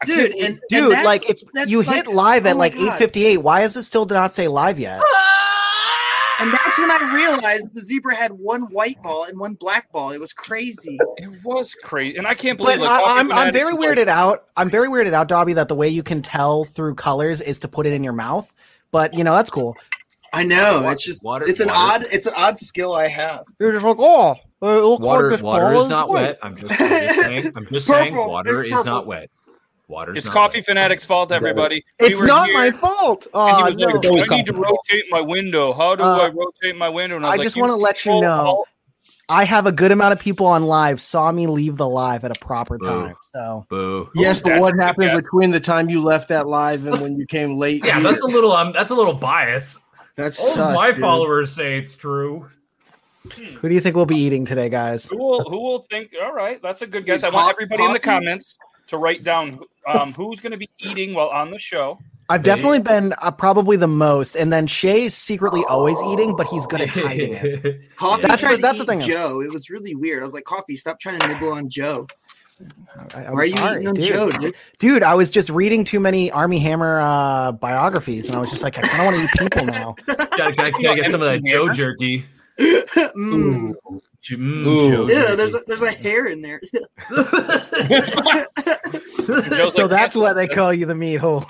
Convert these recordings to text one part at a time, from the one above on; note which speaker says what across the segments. Speaker 1: I can't
Speaker 2: dude,
Speaker 1: believe-
Speaker 2: and
Speaker 3: dude.
Speaker 2: and that's-
Speaker 3: like it's
Speaker 2: that's
Speaker 3: you hit live
Speaker 2: oh
Speaker 3: at
Speaker 2: my
Speaker 3: like
Speaker 2: God.
Speaker 3: eight fifty eight. Why is it still did not say live yet?
Speaker 2: and that's when I realized the zebra had one white ball and one black ball. It was crazy.
Speaker 1: it was crazy, and I can't believe.
Speaker 3: But
Speaker 1: like,
Speaker 3: I,
Speaker 1: Hockey
Speaker 3: I'm I'm
Speaker 1: Fanatics
Speaker 3: very
Speaker 1: was
Speaker 3: weirded
Speaker 1: like,
Speaker 3: out. I'm very weirded out, Dobby, that the way you can tell through colors is to put it in your mouth. But you know that's cool.
Speaker 2: I know.
Speaker 4: Water-
Speaker 2: It's just
Speaker 4: water-
Speaker 2: it's an
Speaker 4: water-
Speaker 2: odd it's an odd skill I have.
Speaker 3: You're just like, oh,
Speaker 4: Water, water is not wet. I'm just, I'm just saying. I'm just saying
Speaker 2: Purple.
Speaker 4: water
Speaker 2: It's
Speaker 4: is not
Speaker 2: purple.
Speaker 4: wet. Water is
Speaker 1: It's
Speaker 4: not
Speaker 1: coffee
Speaker 4: wet.
Speaker 1: fanatics' fault, everybody.
Speaker 3: It's
Speaker 1: we were
Speaker 3: not
Speaker 1: here,
Speaker 3: my fault.
Speaker 1: And he
Speaker 3: Uh,
Speaker 1: was like,
Speaker 3: no.
Speaker 5: It's always
Speaker 1: "I need to
Speaker 5: Coffee's fault.
Speaker 1: rotate my window. How do
Speaker 3: Uh,
Speaker 1: I rotate my window?" And I,
Speaker 3: I
Speaker 1: was like,
Speaker 3: just wanna let you
Speaker 1: control
Speaker 3: know
Speaker 1: all-
Speaker 3: I have a good amount of people on live saw me leave the live at a proper
Speaker 4: Boo.
Speaker 3: time. So
Speaker 4: Boo.
Speaker 5: Yes, but what
Speaker 1: That's-
Speaker 5: happened
Speaker 1: yeah.
Speaker 5: between the time you left that live and
Speaker 4: That's-
Speaker 5: when you came late?
Speaker 6: Yeah, that's a little um, that's a little bias.
Speaker 5: that's
Speaker 1: Oh,
Speaker 6: All
Speaker 5: sus,
Speaker 6: my
Speaker 5: dude.
Speaker 6: followers say it's true.
Speaker 3: who do you think we'll be eating today, guys?
Speaker 1: Who will who will think? All right, that's a good guess. I
Speaker 2: Coffee-
Speaker 1: want everybody in the
Speaker 2: coffee?
Speaker 1: comments to write down um, who's going to be eating while on the show.
Speaker 3: I've definitely been uh, probably the most, and then Shay's secretly always eating, but he's good at hiding it.
Speaker 2: Coffee
Speaker 3: That's
Speaker 2: tried
Speaker 3: what- that's
Speaker 2: to
Speaker 3: the
Speaker 2: eat
Speaker 3: thing.
Speaker 2: Joe. It was really weird. I was like, Coffee, stop trying to nibble on Joe.
Speaker 3: I, I'm
Speaker 2: Why are you
Speaker 3: sorry,
Speaker 2: eating on
Speaker 3: dude.
Speaker 2: Joe, dude?
Speaker 3: Dude, I was just reading too many Army Hammer uh, biographies, and I was just like, I kind of want to eat people now.
Speaker 4: Gotta, gotta- gotta get some of that Joe jerky.
Speaker 2: mm.
Speaker 4: J- mm,
Speaker 1: Ooh.
Speaker 4: Joe
Speaker 2: Yeah, there's a,
Speaker 4: jerky.
Speaker 2: there's a hair in there.
Speaker 1: Joe's
Speaker 3: So
Speaker 1: like,
Speaker 3: that's why they call you the meat hole.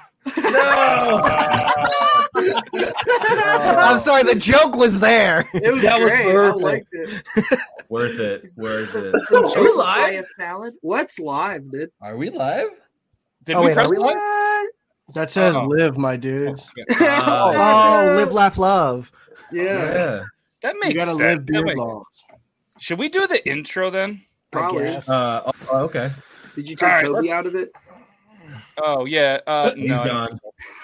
Speaker 3: I'm sorry, the joke was there.
Speaker 2: It was
Speaker 1: That was
Speaker 2: great. I
Speaker 1: perfect.
Speaker 2: liked it.
Speaker 4: worth it. Worth
Speaker 2: Some,
Speaker 4: it.
Speaker 2: some
Speaker 6: Are we
Speaker 2: Joe
Speaker 6: live?
Speaker 2: Fry a salad. What's live, dude?
Speaker 4: Are we live?
Speaker 1: Did
Speaker 3: Oh,
Speaker 1: we
Speaker 3: wait, are
Speaker 1: press
Speaker 3: we
Speaker 1: play?
Speaker 2: What?
Speaker 5: That says
Speaker 1: Uh-oh.
Speaker 5: live, my dudes.
Speaker 3: Oh, live, laugh, love.
Speaker 2: yeah,
Speaker 4: Yeah.
Speaker 1: That
Speaker 5: You
Speaker 1: makes
Speaker 5: gotta
Speaker 1: sense.
Speaker 5: live
Speaker 1: That
Speaker 5: beer
Speaker 1: makes-
Speaker 5: laws.
Speaker 1: Should we do the intro then?
Speaker 3: I
Speaker 2: probably.
Speaker 3: guess.
Speaker 4: Uh, oh, okay.
Speaker 2: Did you take
Speaker 1: All right,
Speaker 2: Toby out of it?
Speaker 1: Oh yeah, uh,
Speaker 4: He's
Speaker 1: no, I don't
Speaker 4: gone.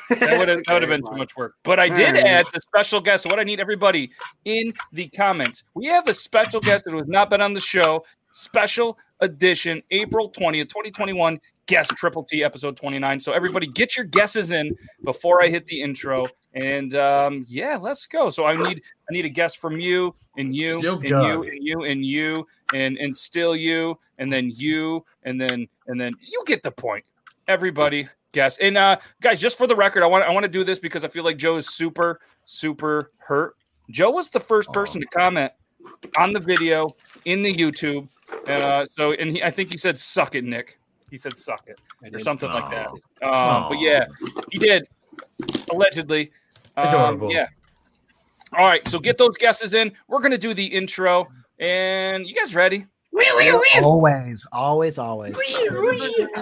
Speaker 1: think so. That would have
Speaker 2: Okay,
Speaker 1: been
Speaker 2: fine.
Speaker 1: too much work. But I did
Speaker 2: Alright.
Speaker 1: add the special guest. What I need everybody in the comments. We have a special guest that has not been on the show. Special edition, April 20th, 2021, guest triple T episode 29. So everybody get your guesses in before I hit the intro. And um, yeah, let's go. So I need I need a guess from you and you
Speaker 6: Still
Speaker 1: and
Speaker 6: Doug.
Speaker 1: you and you and you and and still you and then you and then and then you get the point. Everybody guess. And uh guys, just for the record, I want I want to do this because I feel like Joe is super super hurt. Joe was the
Speaker 2: Oh.
Speaker 1: first person to comment on the video in the YouTube. Uh, so and he, I think he said suck it, Nick. He said suck it or something like that. Um, but yeah, he did allegedly. Um,
Speaker 6: Adorable.
Speaker 1: Yeah. All right, so get those guesses in. We're gonna do the intro, and you guys ready?
Speaker 3: Always, always, always.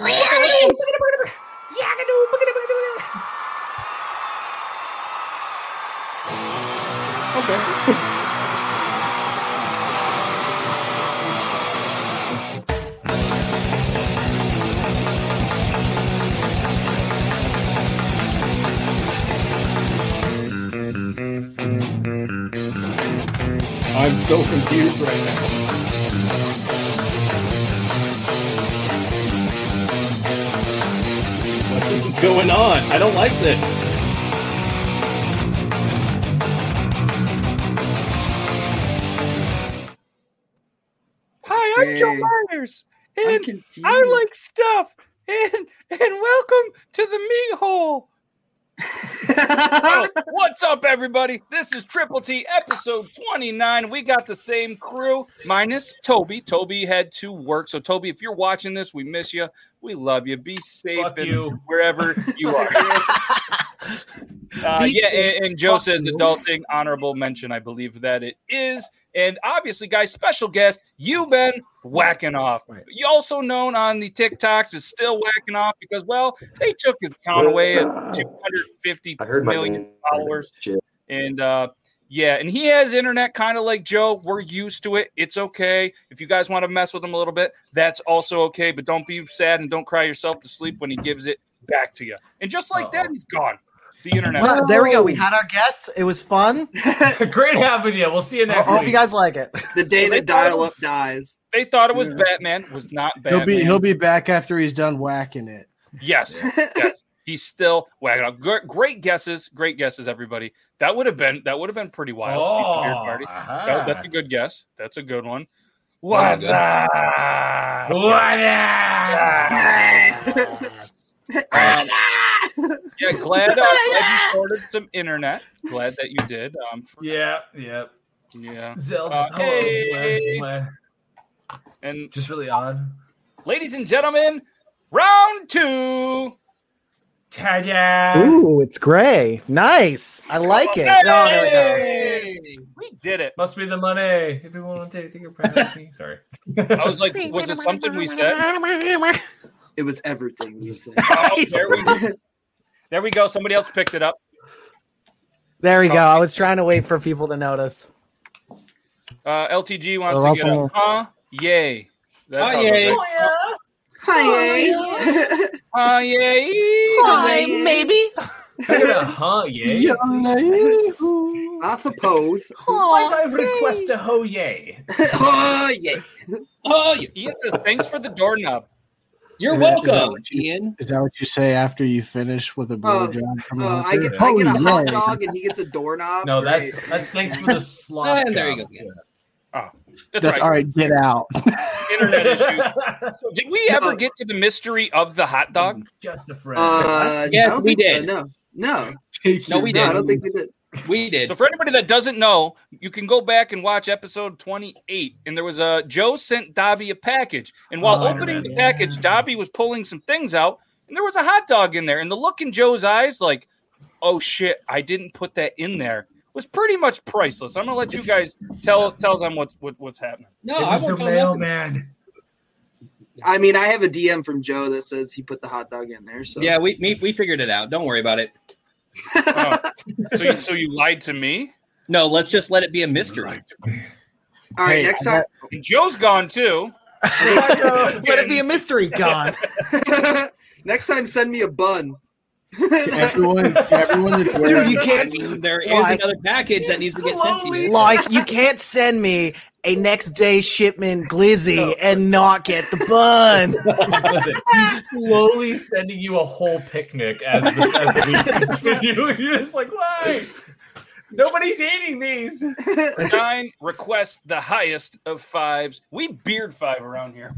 Speaker 5: I'm so confused right now. What is going on? I don't like this.
Speaker 1: Hi, I'm Joe
Speaker 2: Hey.
Speaker 1: Myers,
Speaker 2: I'm
Speaker 1: and
Speaker 2: confused.
Speaker 1: I like stuff, and and welcome to the meat hole.
Speaker 2: Oh,
Speaker 1: What's up, everybody? This is Triple T episode 29. We got the same crew minus Toby. Toby had to work. So, Toby, if you're watching this, we miss you. We love you. Be safe
Speaker 6: Fuck
Speaker 1: and
Speaker 6: you.
Speaker 1: wherever you are. Uh, yeah, and, and Joe says adulting honorable mention. I believe that it is. And obviously, guys, special guest, you been whacking off. You also known on the TikToks is still whacking off because well, they took his count away at 250
Speaker 7: I heard my
Speaker 1: million
Speaker 7: name.
Speaker 1: followers.
Speaker 7: Shit.
Speaker 1: And uh yeah, and he has internet kind of like Joe. We're used to it. It's okay. If you guys want to mess with him a little bit, that's also okay. But don't be sad and don't cry yourself to sleep when he gives it back to you. And just
Speaker 7: Oh.
Speaker 1: like that, he's gone. The internet.
Speaker 3: Well, there we go. We had our guest. It was fun.
Speaker 6: Great having you. We'll see you
Speaker 3: I
Speaker 6: next
Speaker 3: hope
Speaker 6: week.
Speaker 3: you guys like it.
Speaker 2: the day
Speaker 1: Well, they
Speaker 2: that dial up dies.
Speaker 1: They thought it was
Speaker 2: Yeah.
Speaker 1: Batman. It Was not Batman.
Speaker 5: He'll be he'll be back after he's done whacking it.
Speaker 1: Yes, yes. He's still wagging up. Gr- Great guesses, great guesses, everybody. That would have been that would have been pretty wild.
Speaker 6: oh,
Speaker 1: Pizza Beard Party.
Speaker 6: uh-huh.
Speaker 1: That- that's a good guess. That's a good one.
Speaker 6: What's up? What up?
Speaker 1: Ah.
Speaker 2: That's Um,
Speaker 1: yeah, glad, uh, glad you sorted some internet. Glad that you did. Um, for-
Speaker 6: Yeah, yeah.
Speaker 1: yeah.
Speaker 6: Zelda.
Speaker 1: Uh,
Speaker 6: hello,
Speaker 1: hey.
Speaker 6: Blair, Blair.
Speaker 1: And
Speaker 6: Just really odd.
Speaker 1: ladies and gentlemen, round two.
Speaker 6: Ta-da!
Speaker 3: Ooh, it's gray. Nice. I like it.
Speaker 1: Hey!
Speaker 3: Oh, there we go.
Speaker 1: We did it.
Speaker 6: Must be the money. If you want to take, take a pride with me. Sorry.
Speaker 1: I was like, was it something we said?
Speaker 2: It was everything. you said.
Speaker 1: Oh, there, we, there we go. Somebody else picked it up.
Speaker 3: There we go. I was trying to wait for people to notice.
Speaker 1: Uh, LTG wants
Speaker 3: Oh,
Speaker 1: to get
Speaker 3: Russell.
Speaker 1: a huh? Yay. That's
Speaker 7: Huh,
Speaker 1: how they-
Speaker 7: yay.
Speaker 1: Oh,
Speaker 2: Hi, eh?
Speaker 1: Huh, yay.
Speaker 2: Hi, maybe.
Speaker 6: huh, yay.
Speaker 2: I suppose.
Speaker 6: Why did I request a ho yay?
Speaker 2: oh, yeah.
Speaker 7: Oh, you-
Speaker 1: Ian says, thanks for the doorknob.
Speaker 7: you're
Speaker 5: Is that- is that
Speaker 7: welcome,
Speaker 5: what you-
Speaker 7: Ian.
Speaker 5: Is that what you say after you finish with a blowjob from a
Speaker 2: Uh, I,
Speaker 5: hooker?
Speaker 2: get, I get a
Speaker 5: Oh,
Speaker 2: hot
Speaker 5: yeah.
Speaker 2: dog and he gets a doorknob.
Speaker 6: No,
Speaker 2: Great.
Speaker 6: that's that's thanks for the slot.
Speaker 7: Oh, And there you go.
Speaker 1: That's,
Speaker 5: That's
Speaker 1: right.
Speaker 5: all right. Get out.
Speaker 1: Internet issues. So did we
Speaker 2: No.
Speaker 1: ever get to the mystery of the hot dog?
Speaker 6: Just a friend.
Speaker 2: Uh,
Speaker 7: Yes,
Speaker 2: I don't
Speaker 7: we
Speaker 2: think so,
Speaker 7: did.
Speaker 2: No, no,
Speaker 7: No, we
Speaker 2: no, I
Speaker 7: did.
Speaker 2: don't think we did.
Speaker 7: We did.
Speaker 1: So for anybody that doesn't know, you can go back and watch episode 28. And there was a Joe sent Dobby a package. And while
Speaker 6: Oh, I
Speaker 1: opening
Speaker 6: remember.
Speaker 1: the package, Dobby was pulling some things out, and there was a hot dog in there. And the look in Joe's eyes, like, oh shit, I didn't put that in there, was pretty much priceless. I'm gonna let you guys tell tell them what's what, what's happening.
Speaker 7: no,
Speaker 6: it
Speaker 7: Oh, I
Speaker 6: was the
Speaker 7: won't tell nothing.
Speaker 6: mailman.
Speaker 2: I mean, I have a DM from Joe that says he put the hot dog in there. So
Speaker 7: Yeah, we, me, we figured it out. Don't worry about it.
Speaker 1: Oh. so, you, so you lied to me.
Speaker 7: No, let's just let it be a mystery.
Speaker 2: All right,
Speaker 5: Hey,
Speaker 2: next
Speaker 5: I
Speaker 2: time.
Speaker 1: And Joe's gone too.
Speaker 3: Let it be a mystery, God.
Speaker 2: next time, send me a bun.
Speaker 5: To everyone, to everyone that's
Speaker 3: Dude,
Speaker 5: wearing,
Speaker 3: you
Speaker 7: I
Speaker 3: can't
Speaker 7: mean, there is
Speaker 3: Why?
Speaker 7: another package that needs to get sent to you.
Speaker 3: like you can't send me a next day shipment glizzy
Speaker 6: No.
Speaker 3: and not get the bun.
Speaker 6: Listen, he's slowly sending you a whole picnic as the, as the week continues. You're just like, why? Nobody's eating these.
Speaker 1: Nine request the highest of fives. We beard five around here.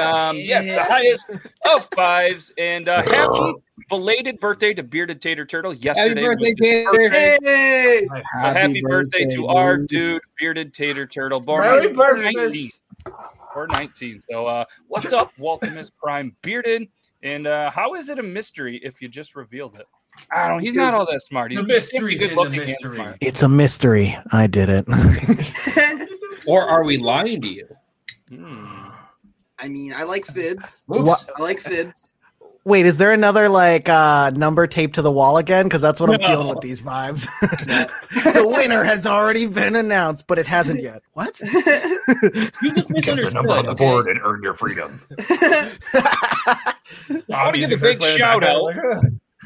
Speaker 1: Um, yes, the highest of fives. And uh, happy belated birthday to Bearded Tater Turtle
Speaker 7: Happy
Speaker 1: yesterday.
Speaker 7: birthday,
Speaker 1: was his
Speaker 7: Tater.
Speaker 1: birthday.
Speaker 2: hey,
Speaker 1: So Happy, birthday, to
Speaker 5: dude.
Speaker 1: our dude, Bearded Tater Turtle. Born
Speaker 6: Merry
Speaker 1: on
Speaker 6: birthday.
Speaker 1: 19. Or 19. So, uh, what's up, Waltimus Prime Bearded? And uh, how is it a mystery if you just revealed it? I don't. He's not all that smart. He's
Speaker 6: The mystery's
Speaker 1: he's
Speaker 6: in the
Speaker 1: good-looking and
Speaker 6: mystery.
Speaker 1: smart.
Speaker 3: It's a mystery. I did it.
Speaker 7: Or are we lying to you?
Speaker 1: Hmm.
Speaker 2: I mean, I like fibs.
Speaker 6: Oops.
Speaker 3: What-
Speaker 2: I like fibs.
Speaker 3: Wait, is there another like uh number taped to the wall again? Because that's what I'm
Speaker 7: No.
Speaker 3: feeling with these vibes. the winner has already been announced, but it hasn't yet. What?
Speaker 7: You just misunderstood. okay?
Speaker 6: and earn your freedom.
Speaker 1: I want to give a big shout out.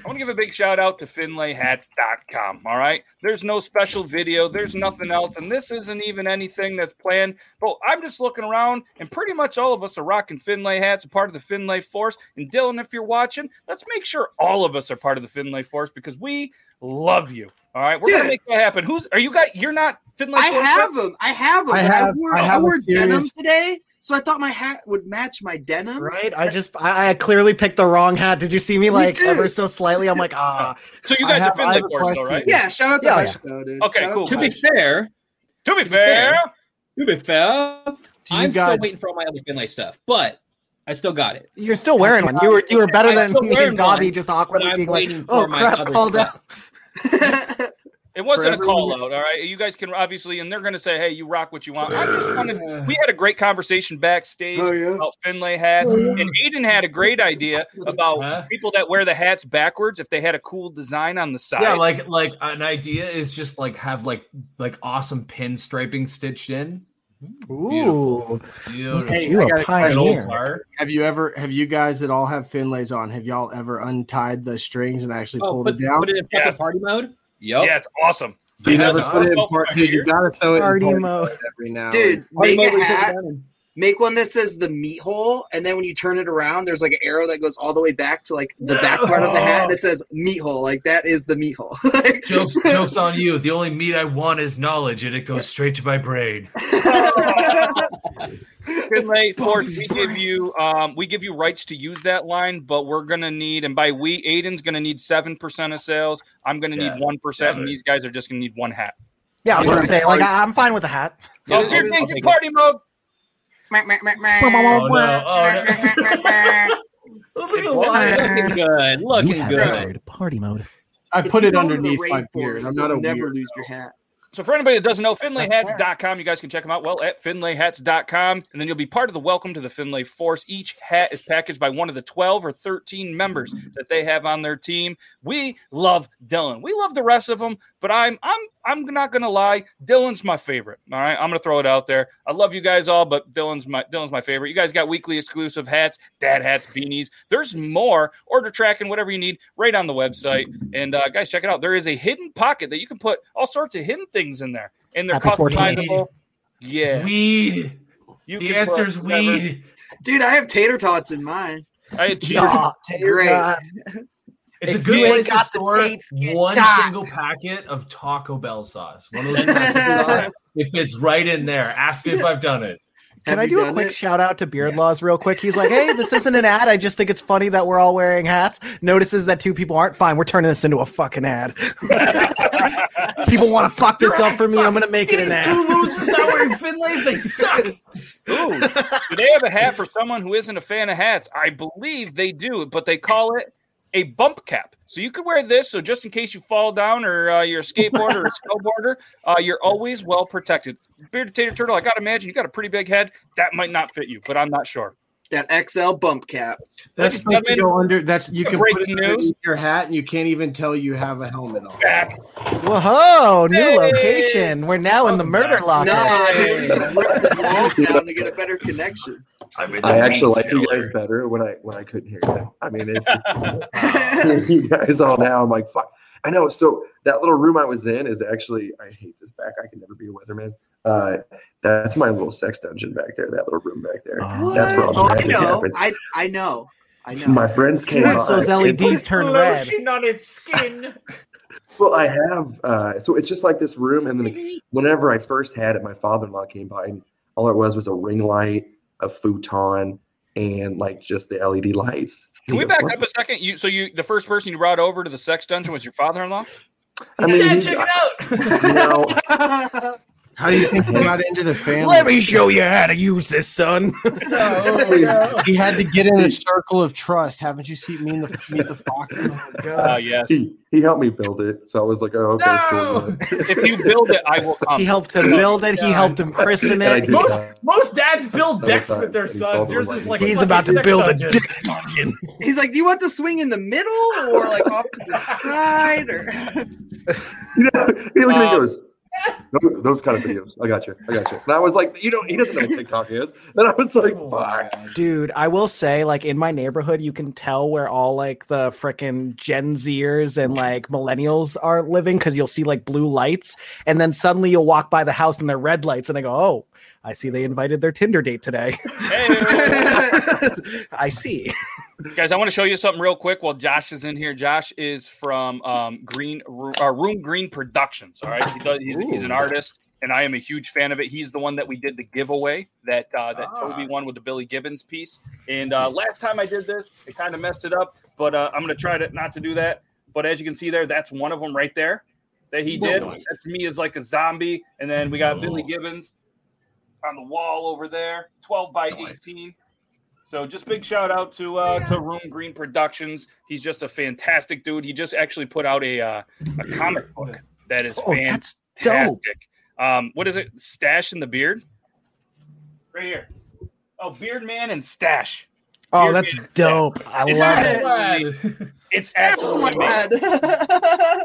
Speaker 1: I want to give a big shout out to finlayhats.com. All right. There's no special video, there's nothing else, and this isn't even anything that's planned. But I'm just looking around, and pretty much all of us are rocking Finlay hats, a part of the Finlay Force. And Dylan, if you're watching, let's make sure all of us are part of the Finlay Force because we love you. All right. We're
Speaker 2: Dude.
Speaker 1: gonna make that happen. Who's are you guys? You're not Finlay
Speaker 2: I
Speaker 1: Force
Speaker 2: have them. I have them.
Speaker 5: I
Speaker 2: I,
Speaker 5: have-
Speaker 2: wore,
Speaker 5: I
Speaker 2: I
Speaker 5: have a
Speaker 2: wore
Speaker 5: serious-
Speaker 2: denim today, so I thought my hat would match my denim.
Speaker 3: Right? I just I, I clearly picked the wrong hat. Did you see me like
Speaker 2: too.
Speaker 3: ever so slightly? I'm like, ah.
Speaker 1: So you
Speaker 5: I
Speaker 1: guys
Speaker 5: have-
Speaker 1: are
Speaker 5: I
Speaker 1: Finlay
Speaker 5: have a
Speaker 1: Force, though,
Speaker 5: question.
Speaker 1: right?
Speaker 2: Yeah, shout out to
Speaker 3: Yeah,
Speaker 2: Hush though, dude.
Speaker 1: Okay,
Speaker 2: Shout out
Speaker 1: cool.
Speaker 2: to
Speaker 7: To be
Speaker 2: Hush.
Speaker 7: fair,
Speaker 1: To be
Speaker 7: fair.
Speaker 1: fair.
Speaker 7: to be fair,
Speaker 5: you
Speaker 7: I'm
Speaker 5: guys-
Speaker 7: still waiting for all my other Finlay stuff, but I still got it.
Speaker 3: You're still wearing one. You were you were better
Speaker 7: I'm
Speaker 3: than
Speaker 7: still
Speaker 3: me
Speaker 7: wearing
Speaker 3: and Dobby
Speaker 7: one,
Speaker 3: just
Speaker 7: But
Speaker 3: awkwardly
Speaker 7: I'm
Speaker 3: being
Speaker 7: waiting
Speaker 3: like,
Speaker 7: for
Speaker 3: oh
Speaker 7: my
Speaker 3: crap,
Speaker 7: other
Speaker 3: called
Speaker 7: stuff.
Speaker 3: out.
Speaker 1: It wasn't a
Speaker 5: Forever.
Speaker 1: call out, all right. You guys can obviously, and they're going to say, "Hey, you rock what you want." I just wanted. We had a great conversation backstage
Speaker 2: Oh, yeah. Oh,
Speaker 1: about Finlay hats, and Aiden had a great idea about
Speaker 6: Huh?
Speaker 1: people that wear the hats backwards if they had a cool design on the side.
Speaker 6: Yeah, like like an idea is just like have like like awesome pinstriping stitched in. Beautiful.
Speaker 3: Ooh.
Speaker 6: Beautiful.
Speaker 5: Hey,
Speaker 3: You
Speaker 5: I
Speaker 3: a
Speaker 5: got a
Speaker 6: Good
Speaker 5: question.
Speaker 6: old
Speaker 3: pioneer.
Speaker 6: bar.
Speaker 5: Have you ever? Have you guys that all have Finlays on? Have y'all ever untied the strings and actually
Speaker 7: Oh,
Speaker 5: pulled
Speaker 7: put,
Speaker 5: it down?
Speaker 7: put it in fucking
Speaker 1: Yes.
Speaker 7: party mode. Yep.
Speaker 1: yeah, it's awesome.
Speaker 5: Do you
Speaker 6: Yeah,
Speaker 5: never
Speaker 6: that's
Speaker 5: put it in
Speaker 1: awesome.
Speaker 5: part? Dude, you gotta throw it in
Speaker 3: Party
Speaker 5: part
Speaker 3: mode.
Speaker 5: every now.
Speaker 2: Dude, make
Speaker 7: Party mode
Speaker 2: a
Speaker 7: we took it
Speaker 2: hat.
Speaker 7: down and-
Speaker 2: Make one that says the meat hole, and then when you turn it around, there's like an arrow that goes all the way back to like the back part of the hat, and it says meat hole. Like that is the meat hole. Like-
Speaker 6: Jokes, jokes on you. The only meat I want is knowledge, and it goes straight to my brain.
Speaker 1: Finlay Forge,
Speaker 2: Bobby's
Speaker 1: we give you um, we give you rights to use that line, but we're gonna need, and by we, Aiden's gonna need seven percent of sales. I'm gonna
Speaker 6: Yeah,
Speaker 1: need one percent, and
Speaker 6: seven.
Speaker 1: these guys are just gonna need one hat.
Speaker 3: Yeah, I was gonna
Speaker 2: Yeah.
Speaker 3: say, like, I- I'm fine with the hat.
Speaker 2: Yeah,
Speaker 1: Oh,
Speaker 2: it
Speaker 1: here
Speaker 2: was-
Speaker 1: things in party mode.
Speaker 6: Oh no! Oh no!
Speaker 4: Look at
Speaker 7: Looking good. Looking
Speaker 3: You have
Speaker 7: good.
Speaker 3: entered Party mode.
Speaker 5: I
Speaker 2: If
Speaker 5: put
Speaker 2: you
Speaker 5: it
Speaker 2: go to the
Speaker 5: underneath my
Speaker 2: rainforest,
Speaker 5: beard. I'm
Speaker 2: you'll
Speaker 5: not a
Speaker 2: never
Speaker 5: weird.
Speaker 2: lose your hat.
Speaker 1: So for anybody that doesn't know,
Speaker 5: That's fair.
Speaker 1: finlayhats.com, you guys can check them out. Well, at finlayhats.com, and then you'll be part of the welcome to the Finlay Force. Each hat is packaged by one of the 12 or 13 members that they have on their team. We love Dylan. We love the rest of them, but I'm I'm I'm not gonna lie, Dylan's my favorite. All right, I'm gonna throw it out there. I love you guys all, but Dylan's my Dylan's my favorite. You guys got weekly exclusive hats, dad hats, beanies. There's more. Order tracking, whatever you need, right on the website. And uh, guys, check it out. There is a hidden pocket that you can put all sorts of hidden things in there, and they're
Speaker 3: Happy 14.
Speaker 1: customizable. Yeah,
Speaker 6: Weed.
Speaker 1: you
Speaker 6: The
Speaker 1: can
Speaker 6: answer's
Speaker 1: put whatever.
Speaker 6: weed.
Speaker 2: Dude, I have tater tots in mine.
Speaker 1: I had cheese.
Speaker 3: Aw,
Speaker 2: Great.
Speaker 3: God.
Speaker 6: It's
Speaker 3: If
Speaker 6: a good
Speaker 3: you
Speaker 6: place
Speaker 3: ain't got
Speaker 6: to
Speaker 3: the
Speaker 6: store
Speaker 3: tates, get
Speaker 6: one
Speaker 3: shot.
Speaker 6: single packet of Taco Bell sauce. One of those packets of sauce. it fits right in there. Ask me if I've done it.
Speaker 2: Have
Speaker 3: Can I
Speaker 2: you
Speaker 3: do a
Speaker 2: done
Speaker 3: quick
Speaker 2: it?
Speaker 3: shout out to Beard Laws real quick? He's like, hey, this isn't an ad. I just think it's funny that we're all wearing hats. Notices that two people aren't fine. We're turning this into a fucking ad. people want to fuck this
Speaker 6: Your
Speaker 3: up for
Speaker 6: ads
Speaker 3: me.
Speaker 6: suck.
Speaker 3: I'm going to make it an
Speaker 6: These
Speaker 3: ad.
Speaker 6: two losers out wearing Finlays, they suck.
Speaker 1: Ooh, do they have a hat for someone who isn't a fan of hats? I believe they do, but they call it a bump cap. So you could wear this. So just in case you fall down or uh, you're a skateboarder or a snowboarder, uh, you're always well protected. Bearded Tater Turtle, I gotta imagine you got a pretty big head. That might not fit you, but I'm not sure.
Speaker 2: That XL bump cap.
Speaker 5: That's
Speaker 1: Ladies
Speaker 5: supposed to
Speaker 1: and
Speaker 5: go under. That's you can put it
Speaker 1: breaking news.
Speaker 5: underneath your hat, and you can't even tell you have a helmet on.
Speaker 1: Back.
Speaker 3: Whoa, new
Speaker 1: Hey.
Speaker 3: location. We're now
Speaker 7: Oh,
Speaker 3: in the murder
Speaker 2: Nah,
Speaker 3: locker.
Speaker 2: dude, you just rip his walls down to get a better connection.
Speaker 8: I actually like you guys better when I when I couldn't hear you. I mean, it's just, you guys all now. I'm like, fuck. I know. So that little room I was in is actually. I hate this back. I can never be a weatherman. Uh, that's my little sex dungeon back there. That little room back there.
Speaker 3: Oh.
Speaker 2: What?
Speaker 8: That's where all the
Speaker 2: oh, I
Speaker 8: magic
Speaker 2: know.
Speaker 8: happens.
Speaker 2: I I know. I know.
Speaker 8: My friends came.
Speaker 3: Once those E
Speaker 8: by, and-
Speaker 3: LEDs turn red.
Speaker 6: Lotion on its skin.
Speaker 8: Well, I have. Uh, so it's just like this room, and then whenever I first had it, my father-in-law came by, and all it was was a ring light, a futon, and like just the LED lights.
Speaker 1: Can we back up a second? You so you the first person you brought over to the sex dungeon was your father-in-law?
Speaker 8: I mean,
Speaker 6: Dad,
Speaker 8: he's-
Speaker 6: check it out.
Speaker 8: you know,
Speaker 5: How do you think he got into the family?
Speaker 3: Let me show you how to use this, son.
Speaker 6: Oh, no.
Speaker 5: he had to get in a circle of trust. Haven't you seen me in the meet the fox? Uh,
Speaker 1: Oh yes.
Speaker 8: he, he helped me build it, so I was like, oh, okay,
Speaker 6: No!
Speaker 8: cool. man.
Speaker 1: If you build it, I will come.
Speaker 3: He helped him build it. He helped him christen
Speaker 8: And I
Speaker 3: it.
Speaker 8: did
Speaker 6: Most
Speaker 8: that.
Speaker 6: most dads build decks
Speaker 8: Sometimes
Speaker 6: with their
Speaker 8: he's
Speaker 6: sons.
Speaker 8: older
Speaker 6: Yours
Speaker 8: than
Speaker 6: is
Speaker 8: me.
Speaker 6: like
Speaker 3: He's
Speaker 6: fucking
Speaker 3: about to
Speaker 6: sex
Speaker 3: build a
Speaker 6: dungeon.
Speaker 3: dick dungeon.
Speaker 2: He's like, do you want the swing in the middle or like off to the side? Or
Speaker 8: You know, he looked at me and
Speaker 1: Um,
Speaker 8: goes, "Those- those kind of videos. I got you. I got you. And I was like, you know, he doesn't know what TikTok is. And I was like,
Speaker 6: Oh,
Speaker 8: fuck.
Speaker 3: Dude, I will say, like in my neighborhood, you can tell where all like the frickin' Gen Zers and like millennials are living because you'll see like blue lights, and then suddenly you'll walk by the house and they're red lights, and I go, "Oh, I see they invited their Tinder date today."
Speaker 1: Hey.
Speaker 3: I see.
Speaker 1: Guys, I want to show you something real quick while Josh is in here. Josh is from um, Green Ro- uh, Room Green Productions. All right, he does. He's, he's an artist, and I am a huge fan of it. He's the one that we did the giveaway that uh, that Toby won with the Billy Gibbons piece. And uh, last time I did this, it kind of messed it up, but uh, I'm going to try to not to do that. But as you can see there, that's one of them right there that he did. That's me as like a zombie, and then we got Billy Gibbons on the wall over there, 12 by 18. So just big shout out to uh, to Room Green Productions. He's just a fantastic dude. He just actually put out a uh, a comic book that is
Speaker 3: Oh, that's dope.
Speaker 1: fantastic. Um, what is it? Stash in the beard. Right here. Oh, Beard Man and Stash.
Speaker 3: Oh,
Speaker 1: You're
Speaker 3: that's
Speaker 1: being-
Speaker 3: dope. I love it.
Speaker 6: Glad.
Speaker 1: It's absolutely amazing.
Speaker 2: Sled.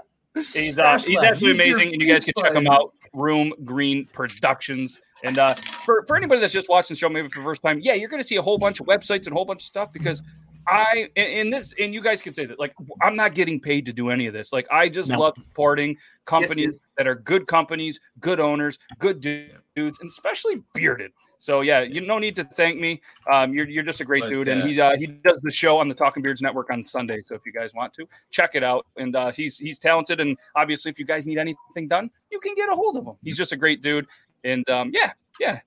Speaker 1: He's, uh,
Speaker 6: Stash
Speaker 1: he's absolutely
Speaker 6: Lab. Use your
Speaker 1: amazing, and you guys can check him
Speaker 6: pizza.
Speaker 1: out. Room Green Productions. And uh, for, for anybody that's just watching the show, maybe for the first time, yeah, you're going to see a whole bunch of websites and a whole bunch of stuff because I, and, and this, and you guys can say that, like, I'm not getting paid to do any of this. Like, I just
Speaker 3: No.
Speaker 1: love supporting companies
Speaker 2: yes.
Speaker 1: that are good companies, good owners, good du- dudes, and especially bearded. So yeah, you no need to thank me. Um, you're, you're just a great
Speaker 6: But,
Speaker 1: dude, and
Speaker 6: uh,
Speaker 1: he's uh, he does the show on the Talking Beards Network on Sunday. So if you guys want to, check it out. And uh, he's he's talented, and obviously, if you guys need anything done, you can get a hold of him. He's just a great dude, and um, yeah, yeah.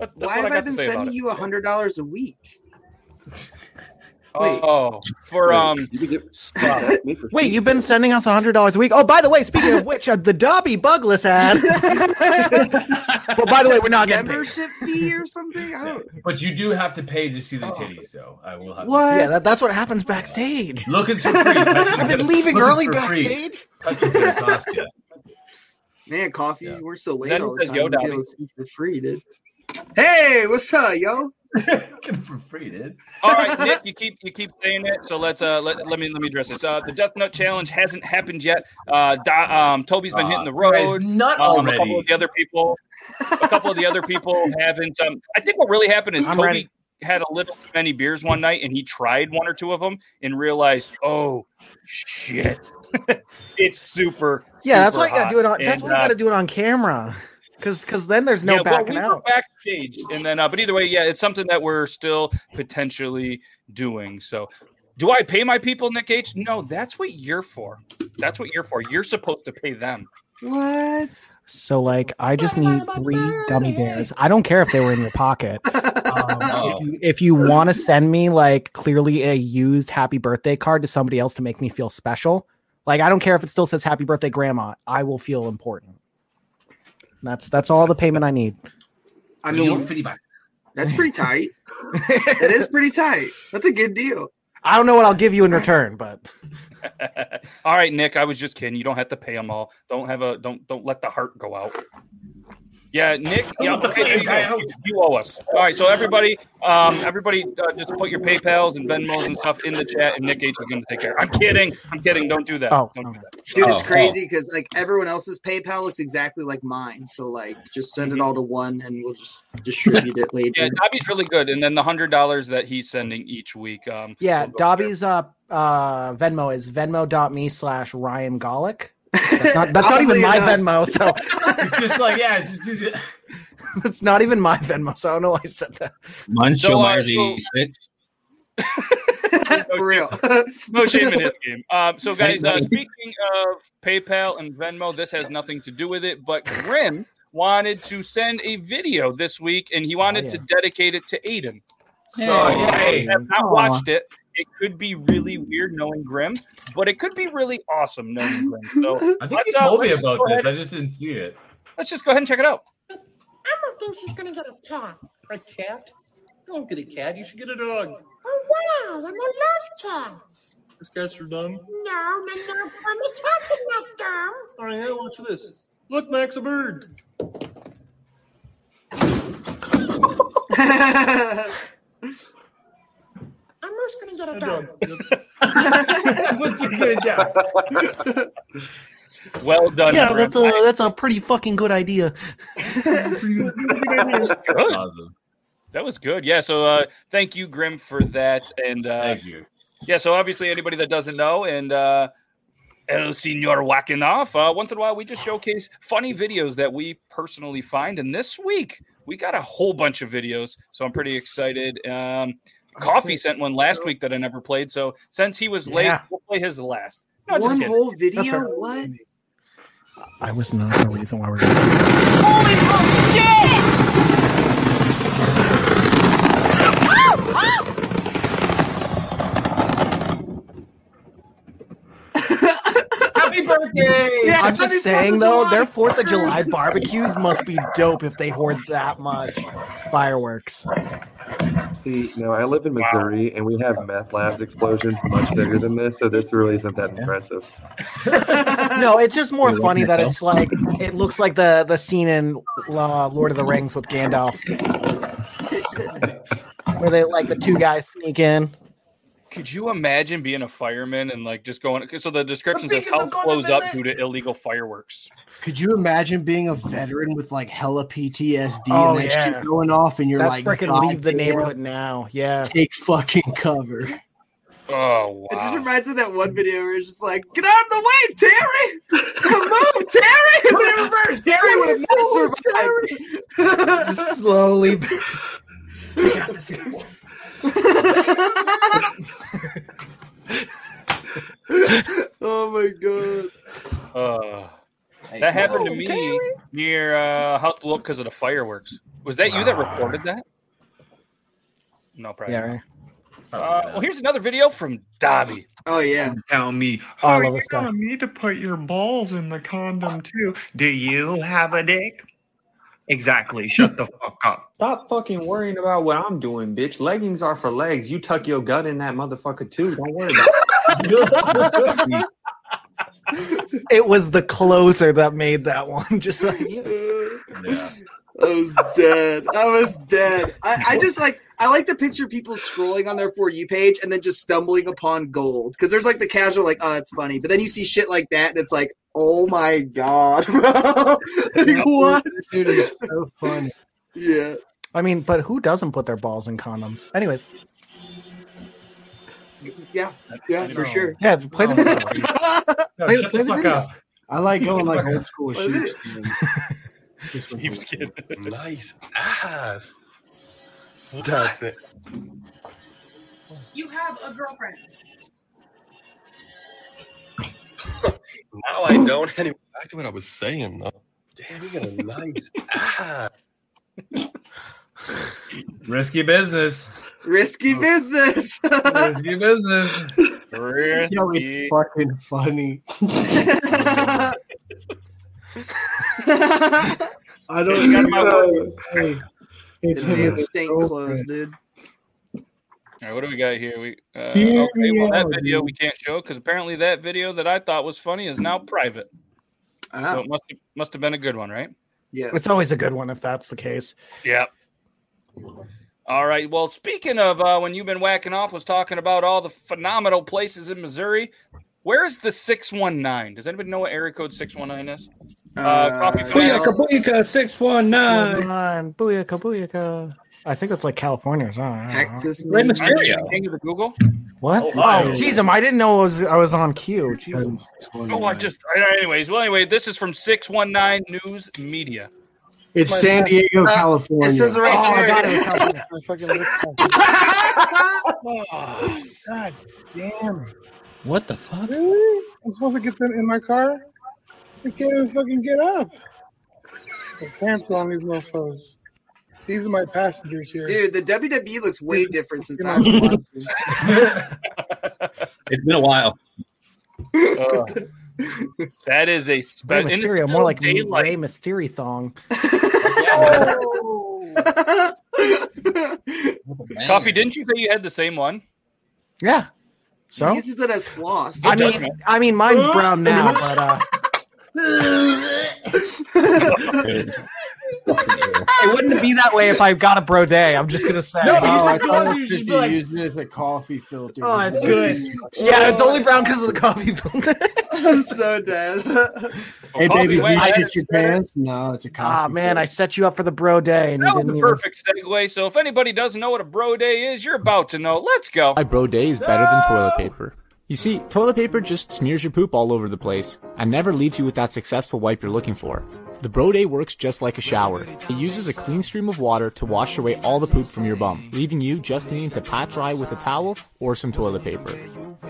Speaker 1: That's, that's
Speaker 2: Why
Speaker 1: what I
Speaker 2: have
Speaker 1: got
Speaker 2: I
Speaker 1: to
Speaker 2: been
Speaker 1: say about
Speaker 2: sending
Speaker 1: it.
Speaker 2: you a hundred dollars a week?
Speaker 1: Oh, oh, for um,
Speaker 8: you can get
Speaker 1: stuff.
Speaker 8: that's me for
Speaker 3: Wait,
Speaker 8: cheap.
Speaker 3: you've been sending us $100 a week. Oh, by the way, speaking of which, uh, the Dobby Bugless ad.
Speaker 1: Oh,
Speaker 3: But by the way, we're not getting paid.
Speaker 2: Membership fee or something? I don't.
Speaker 6: But you do have to pay to see the titties, though. I will have.
Speaker 2: What?
Speaker 3: Yeah, that, that's Oh. what happens backstage.
Speaker 6: To Looking's for free.
Speaker 3: I've been leaving
Speaker 6: Looking's
Speaker 3: early
Speaker 6: for free.
Speaker 3: backstage.
Speaker 6: Touching's gonna cost ya.
Speaker 2: Man, coffee,
Speaker 6: Yeah.
Speaker 2: we're so late
Speaker 1: Then
Speaker 2: all
Speaker 1: it
Speaker 2: the
Speaker 1: says,
Speaker 2: time.
Speaker 1: "Yo,
Speaker 2: Yo, be
Speaker 1: Dobby."
Speaker 2: able to see for free, dude. Hey, what's up, yo?
Speaker 6: Looking for free, dude.
Speaker 1: All right, Nick, you keep you keep saying it. So let's uh let, let me let me address this. Uh, the Death Nut Challenge hasn't happened yet. Uh, Do- um, Toby's been hitting the
Speaker 6: Guys,
Speaker 1: road.
Speaker 6: not
Speaker 1: Um, a couple
Speaker 6: already.
Speaker 1: of the other people, a couple of the other people haven't. Um, I think what really happened is
Speaker 5: I'm
Speaker 1: Toby
Speaker 5: ready.
Speaker 1: had a little too many beers one night, and he tried one or two of them and realized, oh shit, it's super.
Speaker 3: Yeah, that's
Speaker 1: super
Speaker 3: why you gotta
Speaker 1: hot.
Speaker 3: do it on.
Speaker 1: And,
Speaker 3: That's why you
Speaker 1: uh,
Speaker 3: gotta do it on camera, because then there's no
Speaker 1: yeah, well,
Speaker 3: backing
Speaker 1: we Were
Speaker 3: out.
Speaker 1: backstage, and then, uh, but either way, yeah, it's something that we're still potentially doing. So, do I pay my people, Nick H? No, that's what you're for. That's what you're for. You're supposed to pay them.
Speaker 2: What?
Speaker 3: So like, I just need three gummy bears. I don't care if they were in your pocket. Um,
Speaker 6: Oh.
Speaker 3: If you want to send me like clearly a used happy birthday card to somebody else to make me feel special, like I don't care if it still says happy birthday grandma, I will feel important. That's that's all the payment I need.
Speaker 2: I
Speaker 6: Real
Speaker 2: mean,
Speaker 6: fitty box.
Speaker 2: that's pretty tight. that is pretty tight. That's a good deal.
Speaker 3: I don't know what I'll give you in return, but
Speaker 1: all right, Nick, I was just kidding. You don't have to pay them all. Don't have a don't don't let the heart go out. Yeah, Nick. Yeah,
Speaker 6: let the
Speaker 1: okay, there you,
Speaker 6: flame
Speaker 1: go.
Speaker 6: go out.
Speaker 1: you owe us. All right, so everybody, um, everybody, uh, just put your PayPal's and Venmos and stuff in the chat, and Nick H is going to take care. I'm kidding. I'm kidding. Don't do that.
Speaker 3: Oh,
Speaker 1: Don't do
Speaker 3: okay.
Speaker 1: that.
Speaker 2: Dude, it's
Speaker 6: Oh,
Speaker 2: crazy because like everyone else's PayPal looks exactly like mine. So like, just send it all to one, and we'll just distribute it later.
Speaker 1: Mhm. Yeah, Dobby's really good, and then the hundred dollars that he's sending each week. Um,
Speaker 3: yeah,
Speaker 1: we'll go
Speaker 3: Dobby's uh, uh Venmo is venmo.me slash Ryan Golick. That's not, that's not
Speaker 2: Oddly
Speaker 3: even my
Speaker 2: enough.
Speaker 3: Venmo, so
Speaker 6: It's just like yeah, it's just, it's-
Speaker 3: that's not even my Venmo, so I don't know why I said that.
Speaker 7: Mine's
Speaker 1: So,
Speaker 7: Joe
Speaker 1: uh,
Speaker 7: Myers
Speaker 1: so-
Speaker 7: 86.
Speaker 2: For real.
Speaker 1: there. no shame in his game. Um, so guys, uh, speaking of PayPal and Venmo, this has nothing to do with it, but Grim wanted to send a video this week, and he wanted
Speaker 3: Oh,
Speaker 1: to dedicate it to Aiden. So
Speaker 6: Hey.
Speaker 1: I have not
Speaker 3: Aw.
Speaker 1: watched it. It could be really weird knowing Grim, but it could be really awesome knowing Grim. So
Speaker 6: I think you
Speaker 1: Let's, uh,
Speaker 6: told me
Speaker 1: let's
Speaker 6: about
Speaker 1: go
Speaker 6: this. I just didn't see it.
Speaker 1: let's just go ahead and check it out.
Speaker 9: I don't think she's gonna get a cat. A cat? Don't get a cat. You should get a dog. Oh wow! I'm a love cats.
Speaker 6: These cats are dumb.
Speaker 9: No, no, no, mommy cats are not dumb.
Speaker 6: All right, now watch this. Look, Max, a bird.
Speaker 9: I'm just gonna get a dog.
Speaker 6: What's the good yeah.
Speaker 1: Well done. Grim.
Speaker 3: that's a pretty fucking good idea.
Speaker 1: Good.
Speaker 6: Awesome.
Speaker 1: That was good. Yeah. So uh, thank you, Grim, for that. And uh,
Speaker 6: Thank you.
Speaker 1: yeah, so obviously anybody that doesn't know and uh, El Senor Whacking Off, uh, once in a while we just showcase funny videos that we personally find. And this week we got a whole bunch of videos. So I'm pretty excited. Um, Coffee sent one last week that I never played. So since he was late,
Speaker 3: Yeah.
Speaker 1: we'll play his last. No, just
Speaker 2: one
Speaker 1: kidding.
Speaker 2: whole
Speaker 3: That's
Speaker 2: video.
Speaker 3: right.
Speaker 2: What?
Speaker 3: I was not the reason why we're doing this.
Speaker 9: Oh,
Speaker 6: Happy birthday!
Speaker 2: Yeah,
Speaker 3: I'm
Speaker 2: happy
Speaker 3: just
Speaker 2: Fourth of
Speaker 3: saying though,
Speaker 2: July.
Speaker 3: their Fourth of July barbecues must be dope if they hoard that much fireworks.
Speaker 8: See, no, I live in Missouri, and we have meth labs explosions much bigger than this, so this really isn't that impressive.
Speaker 3: No, it's just more
Speaker 7: You're
Speaker 3: funny
Speaker 7: looking at
Speaker 3: that it's like it looks like the the scene in La- Lord of the Rings with Gandalf, where they like the two guys sneak in.
Speaker 1: Could you imagine being a fireman and like just going? So the description
Speaker 3: The
Speaker 1: says
Speaker 3: beacons
Speaker 1: how
Speaker 3: have gone
Speaker 1: close up due
Speaker 3: visit.
Speaker 1: to illegal fireworks.
Speaker 5: Could you imagine being a veteran with like hella PTSD
Speaker 3: Oh,
Speaker 5: and that
Speaker 3: yeah.
Speaker 5: shit going off, and you're
Speaker 3: That's
Speaker 5: like,
Speaker 3: freaking
Speaker 5: "God
Speaker 3: leave the
Speaker 5: damn,
Speaker 3: neighborhood now. Yeah.
Speaker 5: Take fucking cover.
Speaker 1: Oh wow!
Speaker 2: It just reminds me of that one video where it's just like, get out of the way, Terry! Move, Terry! Terry would have not survived.
Speaker 3: Just slowly.
Speaker 2: oh my
Speaker 1: Uh,
Speaker 2: god. Oh
Speaker 7: Hey,
Speaker 1: That happened to
Speaker 6: No,
Speaker 1: me
Speaker 6: Terry.
Speaker 1: near uh, house blew up because of the fireworks. Was that you that reported that? No, probably.
Speaker 3: Yeah,
Speaker 1: not.
Speaker 3: right.
Speaker 1: Uh, well, here's another video from Dobby.
Speaker 2: Oh yeah.
Speaker 10: Tell me,
Speaker 3: All
Speaker 10: oh,
Speaker 3: of
Speaker 10: you
Speaker 3: us
Speaker 10: gonna need to put your balls in the condom too. Do you have a dick? Exactly. Shut the fuck up.
Speaker 4: Stop fucking worrying about what I'm doing, bitch. Leggings are for legs. You tuck your gut in that motherfucker too. Don't worry about it.
Speaker 3: It was the closer that made that one. Just like
Speaker 6: Yeah.
Speaker 2: I was dead. I was dead. I, I just like I like to picture people scrolling on their for you page and then just stumbling upon gold because there's like the casual like oh it's funny, but then you see shit like that and it's like oh my god, bro. like, what?
Speaker 11: This dude is so funny.
Speaker 2: Yeah.
Speaker 3: I mean, but who doesn't put their balls in condoms? Anyways,
Speaker 2: Yeah. Yeah. For sure.
Speaker 3: Oh, yeah, play the video.
Speaker 6: No,
Speaker 3: Play-
Speaker 6: shut
Speaker 3: play the
Speaker 6: the fuck
Speaker 3: video.
Speaker 6: up.
Speaker 5: I like going like
Speaker 6: Fucker.
Speaker 5: old school
Speaker 2: What is
Speaker 5: shoots. This one-
Speaker 1: Keeps getting
Speaker 10: Nice ass. That's it.
Speaker 12: You have a girlfriend.
Speaker 10: Now I don't anyway. Back to what I was saying though. Damn, you got a nice ass.
Speaker 6: Risky business.
Speaker 2: Risky business.
Speaker 6: Risky business.
Speaker 5: Yo, it's fucking funny. I don't
Speaker 1: You got my
Speaker 5: know. Hey, It's
Speaker 2: It
Speaker 5: him and
Speaker 2: did
Speaker 5: his
Speaker 2: stink
Speaker 5: girlfriend.
Speaker 2: clothes, dude.
Speaker 1: All right, what do we got here? We uh,
Speaker 5: Hear
Speaker 1: okay,
Speaker 5: me
Speaker 1: well that
Speaker 5: out,
Speaker 1: video
Speaker 5: dude.
Speaker 1: we can't show because apparently that video that I thought was funny is now private.
Speaker 5: Ah.
Speaker 1: So
Speaker 2: Oh,
Speaker 1: it must have, must have been a good one, right?
Speaker 3: It's
Speaker 2: yes.
Speaker 3: always a good one if that's the case.
Speaker 1: Yeah. All right. Well, speaking of uh, when you've been whacking off, was talking about all the phenomenal places in Missouri. Where is the six one nine? Does anybody know what area code six one nine is? Uh, coffee
Speaker 2: y'all-
Speaker 1: Booyaka,
Speaker 11: six one nine.
Speaker 3: Come on, booyaka, booyaka. I think that's like California's. Huh?
Speaker 2: Texas.
Speaker 11: Rey
Speaker 2: man.
Speaker 1: Aren't you
Speaker 11: Mysterio.
Speaker 1: the King of the Google.
Speaker 3: What?
Speaker 1: Oh,
Speaker 3: Oh,
Speaker 1: wow.
Speaker 3: jeez, um, I didn't know I was, I was on cue. Jeez.
Speaker 1: Oh, I just. Anyways, well, anyway, this is from six one nine News Media.
Speaker 5: It's San Diego, California.
Speaker 2: It says it right
Speaker 3: Oh,
Speaker 2: there.
Speaker 3: I got it. It was California. I fucking-
Speaker 11: Oh, God damn!
Speaker 7: What the fuck?
Speaker 11: Really? I'm supposed to get them in my car. I can't even fucking get up. The pants on these mofos. These are my passengers here.
Speaker 2: Dude, the WWE looks way different since
Speaker 11: Come
Speaker 2: I
Speaker 11: on.
Speaker 2: was watching.
Speaker 7: It's been a while.
Speaker 1: That is a
Speaker 3: Rey
Speaker 1: special.
Speaker 3: Mysterio, more like Ray
Speaker 1: daylight.
Speaker 3: Rey Mysterio thong.
Speaker 1: Coffee, didn't you say you had the same one?
Speaker 3: Yeah. So
Speaker 2: He uses it as floss.
Speaker 3: I mean, I mean, mine's brown now, but uh, it wouldn't be that way if I got a bro day. I'm just gonna say.
Speaker 6: No,
Speaker 13: Uh,
Speaker 5: Oh, I thought it
Speaker 6: You should
Speaker 5: was just
Speaker 6: be
Speaker 5: you
Speaker 6: like-
Speaker 5: used it as a coffee filter.
Speaker 3: Oh, it's good. Yeah, it's only brown because of the coffee filter.
Speaker 2: I'm so dead.
Speaker 5: Hey,
Speaker 1: Coffee,
Speaker 5: baby,
Speaker 1: wait,
Speaker 5: you
Speaker 1: I
Speaker 5: shit
Speaker 1: just-
Speaker 5: your pants? No, it's a coffee.
Speaker 3: Ah, man, I set you up for the bro day, and you
Speaker 1: That was
Speaker 3: didn't
Speaker 1: a
Speaker 3: even.
Speaker 1: perfect segue. So if anybody doesn't know what a bro day is, you're about to know. Let's go.
Speaker 13: why Bro Day is better than toilet paper. You see, toilet paper just smears your poop all over the place and never leaves you with that successful wipe you're looking for. The Bro Day works just like a shower. It uses a clean stream of water to wash away all the poop from your bum, leaving you just needing to pat dry with a towel or some toilet paper.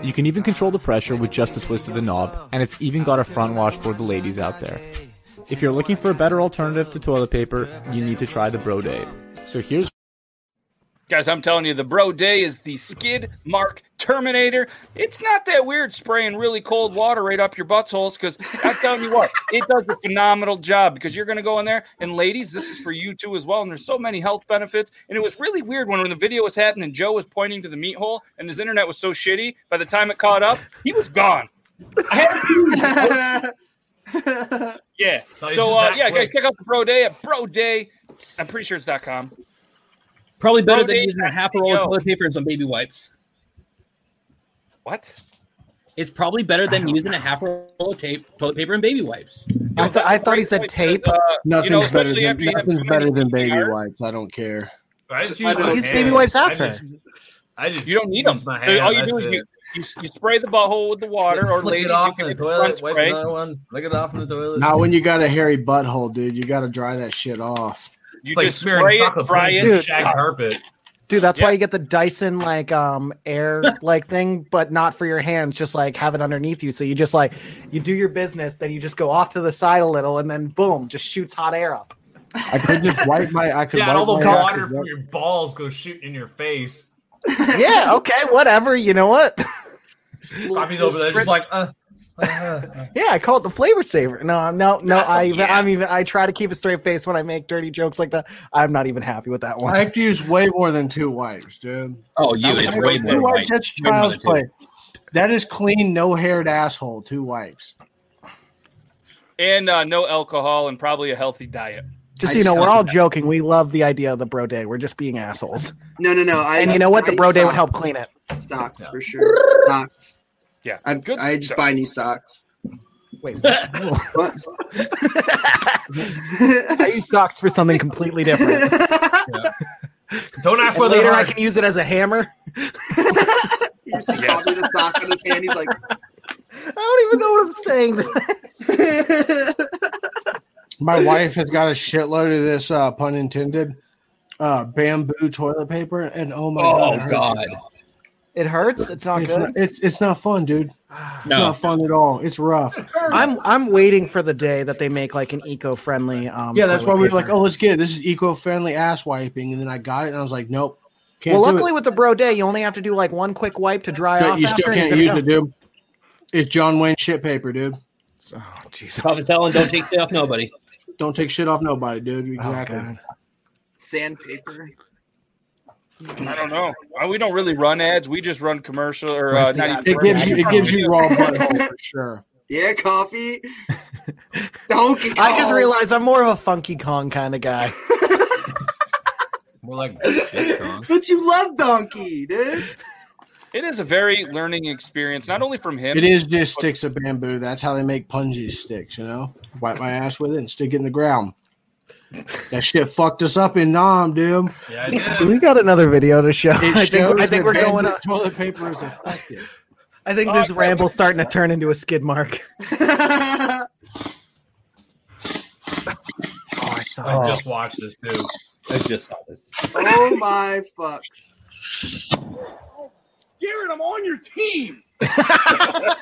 Speaker 13: You can even control the pressure with just a twist of the knob, and it's even got a front wash for the ladies out there. If you're looking for a better alternative to toilet paper, you need to try the Bro Day. So here's
Speaker 1: Guys, I'm telling you, the bro day is the skid mark terminator. It's not that weird spraying really cold water right up your buttholes because I'm telling you what, it does a phenomenal job because you're going to go in there. And ladies, this is for you too as well. And there's so many health benefits. And it was really weird when, when the video was happening, Joe was pointing to the meat hole and his internet was so shitty. By the time it caught up, he was gone. Yeah.
Speaker 6: So
Speaker 1: So,
Speaker 6: it's just
Speaker 1: uh,
Speaker 6: that
Speaker 1: yeah, guys,
Speaker 6: quick.
Speaker 1: check out the bro day at bro day. I'm pretty sure it's dot .com.
Speaker 7: Probably better
Speaker 1: Bro,
Speaker 7: than
Speaker 1: they-
Speaker 7: using a half a roll of
Speaker 1: yo.
Speaker 7: toilet paper and some baby wipes.
Speaker 1: What?
Speaker 7: It's probably better than using a half roll of tape, toilet paper, and baby wipes.
Speaker 3: I, th- I thought he said tape.
Speaker 1: Uh,
Speaker 5: Nothing's
Speaker 1: you know,
Speaker 5: better
Speaker 1: especially
Speaker 5: than,
Speaker 1: after you have
Speaker 5: nothing's
Speaker 1: too
Speaker 5: better
Speaker 1: many
Speaker 5: than baby
Speaker 1: PBRs.
Speaker 5: wipes. I don't care.
Speaker 6: I just
Speaker 2: I
Speaker 6: use, my
Speaker 2: don't
Speaker 3: use
Speaker 6: hand.
Speaker 3: baby wipes
Speaker 6: I
Speaker 3: after.
Speaker 6: just- I just
Speaker 1: You don't need them.
Speaker 6: use My hand,
Speaker 1: all you do
Speaker 6: that's
Speaker 1: is
Speaker 6: it.
Speaker 1: you, you, you spray the butthole with the water, or
Speaker 6: Flick
Speaker 1: ladies,
Speaker 6: it off
Speaker 1: you
Speaker 6: in
Speaker 1: can
Speaker 6: the
Speaker 1: get the front
Speaker 6: toilet. Wipe
Speaker 1: spray.
Speaker 6: another one. Flick it off in the toilet.
Speaker 5: Not when you got a hairy butthole, dude. You got to dry that shit off.
Speaker 1: You
Speaker 6: it's like
Speaker 1: just
Speaker 6: smearing
Speaker 1: spray it,
Speaker 6: chocolate
Speaker 1: dry
Speaker 6: pudding on
Speaker 1: it.
Speaker 6: shag carpet.
Speaker 3: Dude, that's why you get the Dyson like um air like thing, but not for your hands. Just like have it underneath you, so you just like you do your business, then you just go off to the side a little, and then boom, just shoots hot air up.
Speaker 5: I could just wipe my. I could
Speaker 6: Yeah,
Speaker 5: wipe
Speaker 6: and all the
Speaker 5: my ass
Speaker 6: water
Speaker 5: with
Speaker 6: from your balls goes shooting in your face.
Speaker 3: yeah. Okay. Whatever. You know what?
Speaker 6: Bobby's over there just like, uh,
Speaker 3: Yeah, I call it the flavor saver. No, I'm no, no. I even, I'm even. I try to keep a straight face when I make dirty jokes like that. I'm not even happy with that
Speaker 5: I
Speaker 3: one.
Speaker 5: have to use way more than two wipes, dude.
Speaker 7: Oh, you,
Speaker 5: That
Speaker 7: it's
Speaker 5: was-
Speaker 7: way
Speaker 5: two
Speaker 7: more
Speaker 5: wipes,
Speaker 7: wipes.
Speaker 5: That's
Speaker 7: Way more
Speaker 5: child's
Speaker 7: than two.
Speaker 5: play. That is clean, no-haired asshole. Two wipes.
Speaker 1: and uh, no alcohol and probably a healthy diet.
Speaker 3: Just so you know, we're all joking. We love the idea of the bro day. We're just being assholes.
Speaker 2: No, no, no. I,
Speaker 3: and you know what? The
Speaker 2: I
Speaker 3: bro day would
Speaker 2: stock-
Speaker 3: help clean it.
Speaker 2: Socks for sure. Socks.
Speaker 1: Yeah.
Speaker 2: I, I just buy new socks.
Speaker 3: Wait,
Speaker 2: what?
Speaker 3: I use socks for something completely different.
Speaker 6: Don't
Speaker 3: And
Speaker 6: ask whether
Speaker 3: later
Speaker 6: they're
Speaker 3: I
Speaker 6: hard.
Speaker 3: can use it as a hammer.
Speaker 2: You see Cosby with a sock in his hand. He's like,
Speaker 3: I don't even know what I'm saying.
Speaker 5: My wife has got a shitload of this, uh, pun intended, uh, bamboo toilet paper, and oh my god, it hurts.
Speaker 3: It hurts. It's not
Speaker 5: it's
Speaker 3: good.
Speaker 5: Not, it's it's not fun, dude. It's
Speaker 3: No.
Speaker 5: not fun at all. It's rough.
Speaker 3: I'm I'm waiting for the day that they make like an eco-friendly. Um,
Speaker 5: yeah, that's why
Speaker 3: toilet
Speaker 5: we were
Speaker 3: paper.
Speaker 5: like, oh, let's get it. This is eco-friendly ass wiping, and then I got it, and I was like, nope. Can't
Speaker 3: well,
Speaker 5: do it.
Speaker 3: luckily with the bro day, you only have to do like one quick wipe to dry
Speaker 5: But
Speaker 3: off.
Speaker 5: you still
Speaker 3: after, and
Speaker 5: can't
Speaker 3: you're
Speaker 5: use
Speaker 3: good to
Speaker 5: it, dude. It's John Wayne shit paper, dude.
Speaker 7: Prophet telling, don't take shit off nobody.
Speaker 5: Don't take shit off nobody, dude. Exactly.
Speaker 2: sandpaper.
Speaker 1: I don't know. Well, we don't really run ads. We just run commercial or
Speaker 5: Well,
Speaker 1: uh,
Speaker 5: see,
Speaker 1: not
Speaker 5: I-
Speaker 1: even
Speaker 5: it gives you it gives you raw butthole for sure.
Speaker 2: Yeah, coffee. Donkey
Speaker 3: go. I just
Speaker 2: Kong.
Speaker 3: realized I'm more of a Funky Kong kind of guy.
Speaker 6: More like
Speaker 2: But you love Donkey, dude.
Speaker 1: It is a very learning experience, not only from him.
Speaker 5: It is just sticks of bamboo. That's how they make punji sticks. You know, wipe my ass with it and stick it in the ground. That shit fucked us up in Nam, dude.
Speaker 3: we got another video to show.
Speaker 5: It
Speaker 3: I think,
Speaker 5: shows
Speaker 3: I think
Speaker 5: that
Speaker 3: we're going.
Speaker 5: bamboo
Speaker 3: On,
Speaker 5: Toilet paper is effective.
Speaker 3: Oh, I think this ramble's starting to turn into a skid mark.
Speaker 6: Oh, I
Speaker 3: saw
Speaker 6: I just
Speaker 3: this.
Speaker 6: watched this too.
Speaker 7: I just saw this.
Speaker 2: Oh my fuck.
Speaker 12: Garrett, I'm on your team.
Speaker 3: I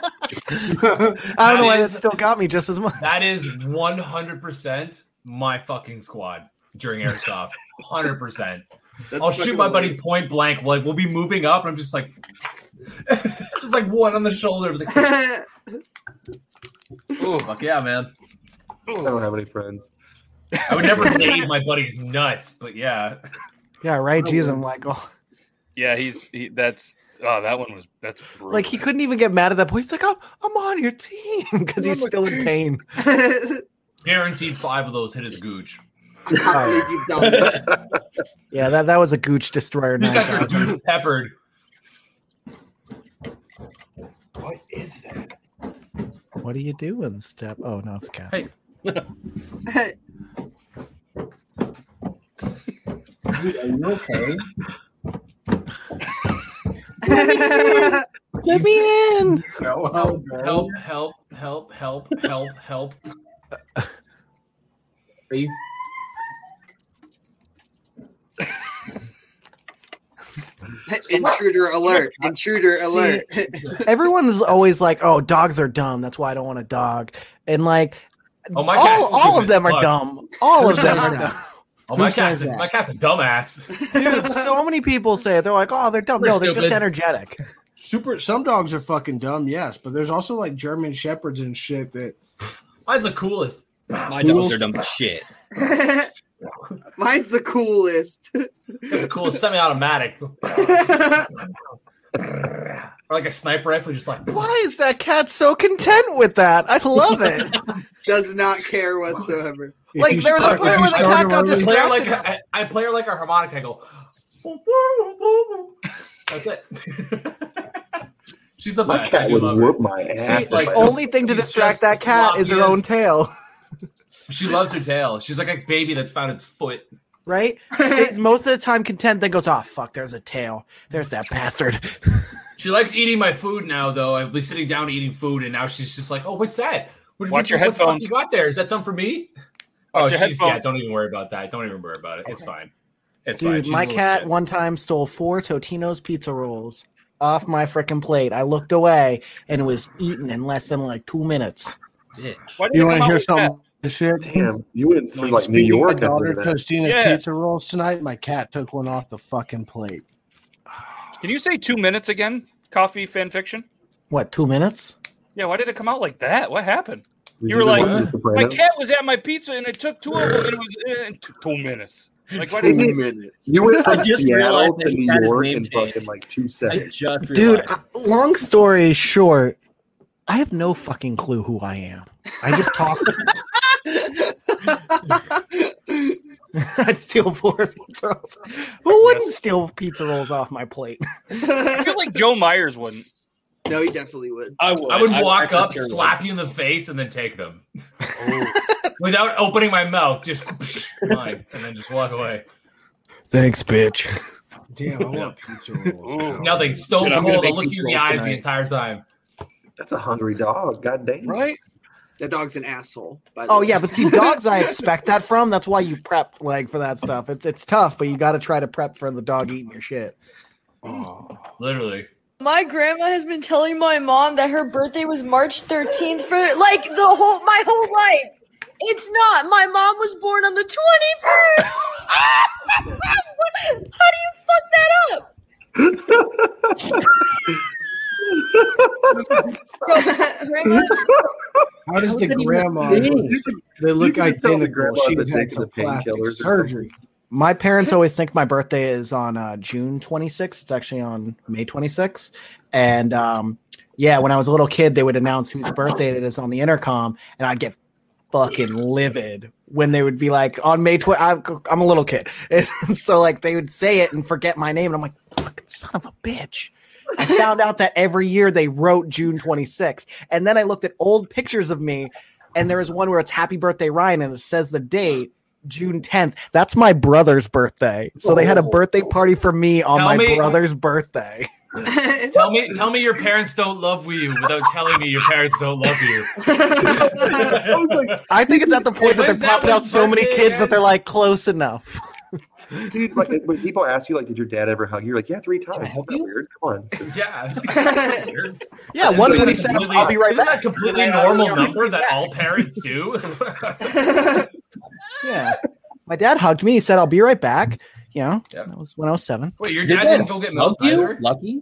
Speaker 3: don't
Speaker 6: That
Speaker 3: know why that
Speaker 6: is-
Speaker 3: still got me just as much.
Speaker 6: That is 100% my fucking squad during airsoft. 100%.
Speaker 2: That's
Speaker 6: I'll
Speaker 2: fucking
Speaker 6: shoot my buddy
Speaker 2: hilarious.
Speaker 6: point blank. Like we'll be moving up, and I'm just like, just like one on the shoulder. I was like, oh fuck yeah, man!
Speaker 8: I don't have any friends.
Speaker 6: I would never name my buddy's nuts, but yeah,
Speaker 3: Yeah, right. Jeez, I'm like, oh,
Speaker 1: Yeah, he's he, that's oh that one was that's brutal.
Speaker 3: like he couldn't even get mad at that point. He's like, I'm, I'm on your team because he's still in pain.
Speaker 6: guaranteed five of those hit his gooch.
Speaker 2: I can't believe you've done this.
Speaker 3: Yeah, that, that was a gooch destroyer.
Speaker 6: You
Speaker 3: knife.
Speaker 6: guys are gooch peppered.
Speaker 5: What is that?
Speaker 3: What are you doing, Step? Oh no, it's a cat.
Speaker 6: Hey.
Speaker 7: Dude, are you okay?
Speaker 3: Let me in.
Speaker 6: Help! Help! Help! Help! Help! Help! Help!
Speaker 7: Are you?
Speaker 2: Intruder alert. Intruder alert.
Speaker 3: Everyone is always like, "Oh, dogs are dumb. That's why I don't want a dog." And like,
Speaker 6: Oh, my
Speaker 3: all,
Speaker 6: cat's
Speaker 3: all of
Speaker 6: stupid.
Speaker 3: them are
Speaker 6: Fuck.
Speaker 3: dumb. All of them are dumb.
Speaker 6: Oh my
Speaker 3: Who says
Speaker 6: cat's a, my cat's a dumbass.
Speaker 3: Dude, so many people say it. They're like, "Oh, they're dumb."
Speaker 6: They're
Speaker 3: no, they're just
Speaker 6: stupid.
Speaker 3: energetic.
Speaker 5: Super. Some dogs are fucking dumb, yes, but there's also like German shepherds and shit that
Speaker 6: Mine's the coolest.
Speaker 7: My dogs are dumb as shit.
Speaker 2: Mine's the coolest.
Speaker 6: The coolest semi-automatic, or
Speaker 3: Oh,
Speaker 6: like a sniper rifle, just like.
Speaker 3: Why is that cat so content with that? I love it.
Speaker 2: Does not care whatsoever.
Speaker 3: Like, there was a point where the cat got
Speaker 6: play her like
Speaker 3: distracted.
Speaker 6: a, I I play her like a harmonica. I go. That's it. She's the
Speaker 8: My
Speaker 6: best. I
Speaker 8: cat
Speaker 6: do
Speaker 8: would
Speaker 6: love
Speaker 8: whoop my
Speaker 6: her.
Speaker 8: ass.
Speaker 6: She's
Speaker 8: if I
Speaker 6: like,
Speaker 3: The only thing to
Speaker 6: she's
Speaker 3: distract
Speaker 6: just
Speaker 3: that cat
Speaker 6: floppy
Speaker 3: is her
Speaker 6: as-
Speaker 3: own tail.
Speaker 6: She loves her tail. She's like a baby that's found its foot.
Speaker 3: right? Stays most of the time content, then goes, oh, fuck, there's a tail. There's that bastard.
Speaker 6: She likes eating my food now, though. I've been sitting down eating food, and now she's just like, "Oh, what's that? What,
Speaker 1: Watch your
Speaker 6: what the fuck
Speaker 1: headphones.
Speaker 6: You got there? Is that something for me?"
Speaker 1: Watch
Speaker 6: oh,
Speaker 1: your
Speaker 6: she's yeah.
Speaker 1: headphones.
Speaker 6: Don't even worry about that. Don't even worry about it. It's fine. It's fine.
Speaker 3: Dude,
Speaker 6: She's
Speaker 3: my
Speaker 6: a little
Speaker 3: cat
Speaker 6: shit.
Speaker 3: one time stole four Totino's pizza rolls off my freaking plate. I looked away and it was eaten in less than like two minutes.
Speaker 1: Why
Speaker 5: You want to hear something? Shit.
Speaker 8: Damn, you went
Speaker 3: from, like, New York
Speaker 5: My
Speaker 3: up
Speaker 5: daughter
Speaker 3: into that.
Speaker 5: Tostina's
Speaker 1: Yeah.
Speaker 5: pizza rolls tonight. My cat took one off the fucking plate.
Speaker 1: Can you say two minutes again? Coffee fan fiction.
Speaker 3: What, two minutes?
Speaker 1: Yeah, why did it come out like that? What happened? You
Speaker 3: Did you
Speaker 1: were like,
Speaker 3: watch The
Speaker 1: my
Speaker 3: Sopranos?
Speaker 1: cat was at my pizza and it took two of them. and It was uh, t- two minutes. Like, why
Speaker 8: Two
Speaker 1: did it-
Speaker 8: minutes. You went from
Speaker 1: I just
Speaker 8: Seattle
Speaker 1: realized
Speaker 8: to
Speaker 1: that
Speaker 8: New
Speaker 1: he had his
Speaker 8: York
Speaker 1: name
Speaker 8: in fucking like two seconds.
Speaker 3: Dude, I, long story short, I have no fucking clue who I am. I just talk. I'd steal four pizza rolls. Who wouldn't steal pizza rolls off my plate?
Speaker 1: I feel like Joe Myers wouldn't.
Speaker 2: No, he definitely would.
Speaker 1: I
Speaker 6: I would walk up, slap you in the face, and then take them
Speaker 8: Oh.
Speaker 6: without opening my mouth. Just mine, and then just walk away.
Speaker 3: Thanks, bitch.
Speaker 5: Damn, I want pizza rolls.
Speaker 6: Nothing. Stone
Speaker 8: Dude, I'm gonna
Speaker 6: cold. I'll
Speaker 8: make
Speaker 6: look
Speaker 8: these
Speaker 6: you in the
Speaker 8: rolls
Speaker 6: eyes the
Speaker 8: tonight.
Speaker 6: entire time.
Speaker 8: That's a hungry dog. God damn.
Speaker 1: Right?
Speaker 2: That dog's an asshole. By the
Speaker 3: Oh
Speaker 2: way.
Speaker 3: yeah, but see, dogs I expect that from. That's why you prep like for that stuff. It's it's tough, but you got to try to prep for the dog eating your shit.
Speaker 6: Literally.
Speaker 14: My grandma has been telling my mom that her birthday was March 13th for like the whole my whole life. It's not. My mom was born on the 21st. How do you fuck that up?
Speaker 5: How does the
Speaker 3: that even
Speaker 5: grandma?
Speaker 3: a
Speaker 5: Look?
Speaker 3: thing?
Speaker 5: They look
Speaker 3: can tell the
Speaker 5: identical.
Speaker 3: grandma
Speaker 5: She
Speaker 3: that
Speaker 5: had
Speaker 3: taking
Speaker 5: some
Speaker 3: the painkillers
Speaker 5: plastic
Speaker 3: or something.
Speaker 5: surgery.
Speaker 3: My parents always think my birthday is on uh, June 26th. It's actually on May 26th. And um, yeah, when I was a little kid, they would announce whose birthday it is on the intercom, and I'd get fucking livid when they would be like, on May 20th, I'm, I'm a little kid. And so, like, they would say it and forget my name. And I'm like, fucking son of a bitch. I found out that every year they wrote June 26th. And then I looked at old pictures of me, and there was one where it's Happy Birthday Ryan, and it says the date. June 10th. That's my brother's birthday. So they had a birthday party for me on
Speaker 6: Oh.
Speaker 3: my
Speaker 6: Tell me-
Speaker 3: brother's birthday.
Speaker 6: tell me, tell me your parents don't love you without telling me your parents don't love you.
Speaker 3: I think it's at the point that
Speaker 6: When's
Speaker 3: they're
Speaker 6: that
Speaker 3: popping out
Speaker 6: one's
Speaker 3: so many
Speaker 6: birthday
Speaker 3: kids that
Speaker 6: again?
Speaker 3: they're like close enough.
Speaker 8: Dude, like when people ask you, like, did your dad ever hug you? You're like, yeah, three times. It's not weird. Come on.
Speaker 6: Yeah.
Speaker 3: Yeah,
Speaker 6: Isn't
Speaker 3: once
Speaker 6: that
Speaker 3: when he said,
Speaker 6: completely-
Speaker 3: "I'll be right
Speaker 6: isn't that
Speaker 3: back."
Speaker 6: a completely normal number that all parents do.
Speaker 3: Yeah. My dad hugged me. He said, I'll be right back. You know,
Speaker 6: Yep.
Speaker 3: that was when I was seven.
Speaker 6: Wait, your dad didn't go get milk either.
Speaker 7: Lucky.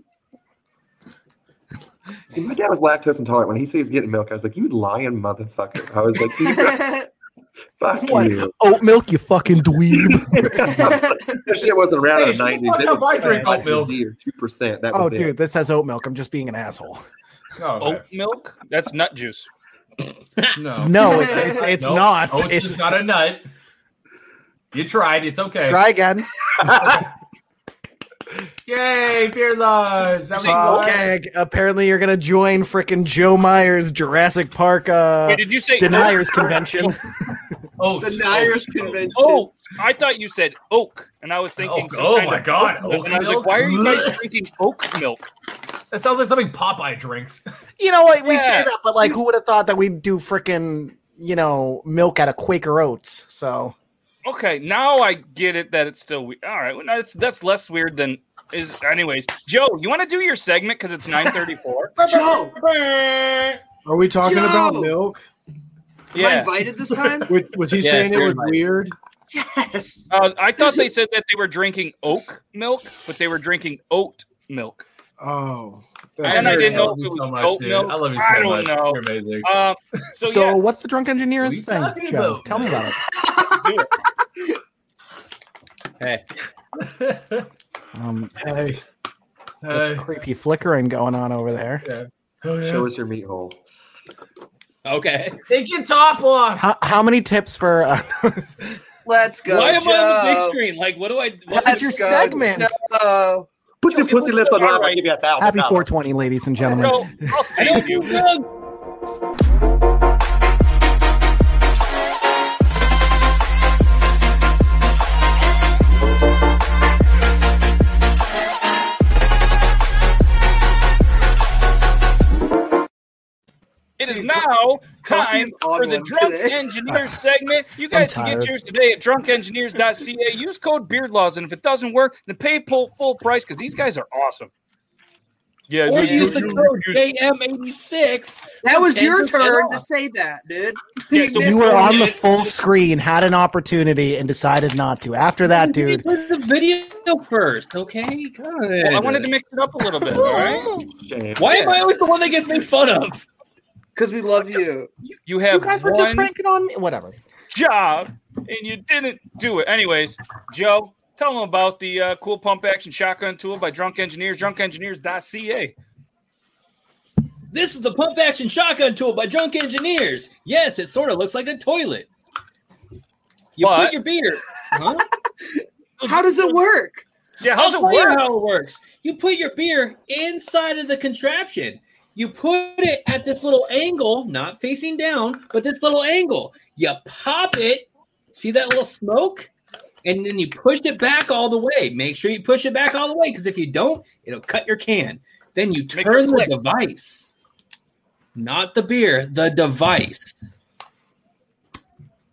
Speaker 8: See, my dad was lactose intolerant. When he said he was getting milk, I was like, you lying motherfucker. I was like, "You got- fuck you.
Speaker 3: Oat milk, you fucking dweeb.
Speaker 8: That shit wasn't around in the 90s. It
Speaker 3: fuck up,
Speaker 8: was
Speaker 3: I drink
Speaker 8: like
Speaker 3: oat milk.
Speaker 8: D or 2%. That was
Speaker 3: oh,
Speaker 8: it.
Speaker 3: dude, this has oat milk. I'm just being an asshole.
Speaker 6: Oh,
Speaker 1: Oat milk? That's nut juice.
Speaker 6: No,
Speaker 3: No, it's- it's- it's
Speaker 6: Nope.
Speaker 3: not.
Speaker 6: Oh, it's,
Speaker 3: It's-
Speaker 6: just not a nut. You tried. It's okay.
Speaker 3: Try again.
Speaker 6: Yay, beer laws. That was
Speaker 3: Bob
Speaker 6: fun.
Speaker 3: Keg, apparently you're gonna join frickin' Joe Myers Jurassic Park uh
Speaker 1: Wait, did you say-
Speaker 3: deniers convention?
Speaker 6: Oh,
Speaker 2: the Nyers convention.
Speaker 1: Oh, I thought you said oak, and I was thinking.
Speaker 6: Oak.
Speaker 1: some
Speaker 6: Oh
Speaker 1: kind
Speaker 6: my
Speaker 1: of
Speaker 6: God,
Speaker 1: oat milk,
Speaker 6: oak
Speaker 1: and I was
Speaker 6: milk?
Speaker 1: like, why are you guys drinking oak milk?
Speaker 6: That sounds like something Popeye drinks.
Speaker 3: you know what we
Speaker 6: Yeah.
Speaker 3: say that, but like who would have thought that we'd do frickin' you know, milk out of Quaker oats. So
Speaker 1: Okay, now I get it that it's still weird. All right, well, that's that's less weird than is. Anyways, Joe, you want to do your segment because it's nine thirty four.
Speaker 2: Joe!
Speaker 5: Are we talking
Speaker 2: Joe!
Speaker 5: about milk?
Speaker 1: Yeah.
Speaker 2: Am I invited this time?
Speaker 5: Was, was he
Speaker 1: Yeah,
Speaker 5: saying it
Speaker 1: you're
Speaker 5: was
Speaker 1: invited.
Speaker 5: weird?
Speaker 1: Uh, I thought they said that they were drinking oak milk, but they were drinking oat milk.
Speaker 5: Oh.
Speaker 1: and I didn't know if it was
Speaker 6: so much,
Speaker 1: oat
Speaker 6: dude.
Speaker 1: milk.
Speaker 6: I love you
Speaker 1: I
Speaker 6: so
Speaker 1: don't
Speaker 6: much.
Speaker 1: know.
Speaker 6: You're amazing.
Speaker 1: Uh, so,
Speaker 3: So,
Speaker 1: yeah,
Speaker 3: what's the drunk engineer's
Speaker 6: What are
Speaker 3: thing,
Speaker 6: you talking
Speaker 3: Joe?
Speaker 6: about,
Speaker 3: Tell me about it.
Speaker 7: Hey.
Speaker 1: Uh,
Speaker 3: Um
Speaker 5: Hey.
Speaker 3: that's Oh, creepy flickering going on over there.
Speaker 8: Show us your meat hole.
Speaker 7: Okay.
Speaker 6: Take your top off.
Speaker 3: How, how many tips for uh,
Speaker 2: Let's go.
Speaker 7: Why am
Speaker 2: Joe.
Speaker 7: I on the big screen? Like, what do I? What's
Speaker 2: Let's
Speaker 3: your
Speaker 2: go,
Speaker 3: segment.
Speaker 2: Joe.
Speaker 8: Put your pussy lips on mine. I'll give you a thousand.
Speaker 3: happy
Speaker 8: dollars.
Speaker 3: 420, ladies and gentlemen?
Speaker 1: I'll see you. It is now time
Speaker 2: Coffee's on
Speaker 1: for the
Speaker 2: one
Speaker 1: Drunk
Speaker 2: today.
Speaker 1: Engineers segment. You guys can get
Speaker 2: tired.
Speaker 1: yours today at drunkengineers.ca. Use code BeardLaws, and if it doesn't work, then pay full full price because these guys are awesome. Yeah,
Speaker 7: Or
Speaker 1: you-
Speaker 7: use the
Speaker 1: you-
Speaker 7: code
Speaker 1: you-
Speaker 7: JM86.
Speaker 2: That was
Speaker 7: for
Speaker 2: your
Speaker 7: 10%
Speaker 2: turn
Speaker 7: off.
Speaker 2: to say that, dude.
Speaker 1: Yeah, so
Speaker 3: You were on the full screen, had an opportunity, and decided not to. After that,
Speaker 7: You
Speaker 3: dude,
Speaker 7: put the video first, okay? God.
Speaker 1: Well, Oh, I wanted to mix it up a little bit. All right.
Speaker 7: Why am I always the one that gets made fun of?
Speaker 2: Because we love you.
Speaker 1: You have
Speaker 3: you guys were
Speaker 1: one
Speaker 3: just ranking on whatever.
Speaker 1: job and you didn't do it. Anyways, Joe, tell them about the uh, cool pump action shotgun tool by Drunk Engineers, drunkengineers.ca.
Speaker 7: This is the pump action shotgun tool by Drunk Engineers. Yes, it sort of looks like a toilet. You
Speaker 1: But-
Speaker 7: put your beer. Huh?
Speaker 2: How does it work?
Speaker 1: Yeah,
Speaker 7: how's
Speaker 3: Oh,
Speaker 7: it work? How it works? You put your beer inside of the contraption. You put it at this little angle, not facing down, but this little angle. You pop it. See that little smoke? And then you push it back all the way. Make sure you push it back all the way because if you don't, it'll cut your can. Then you turn the device, not the beer, the device.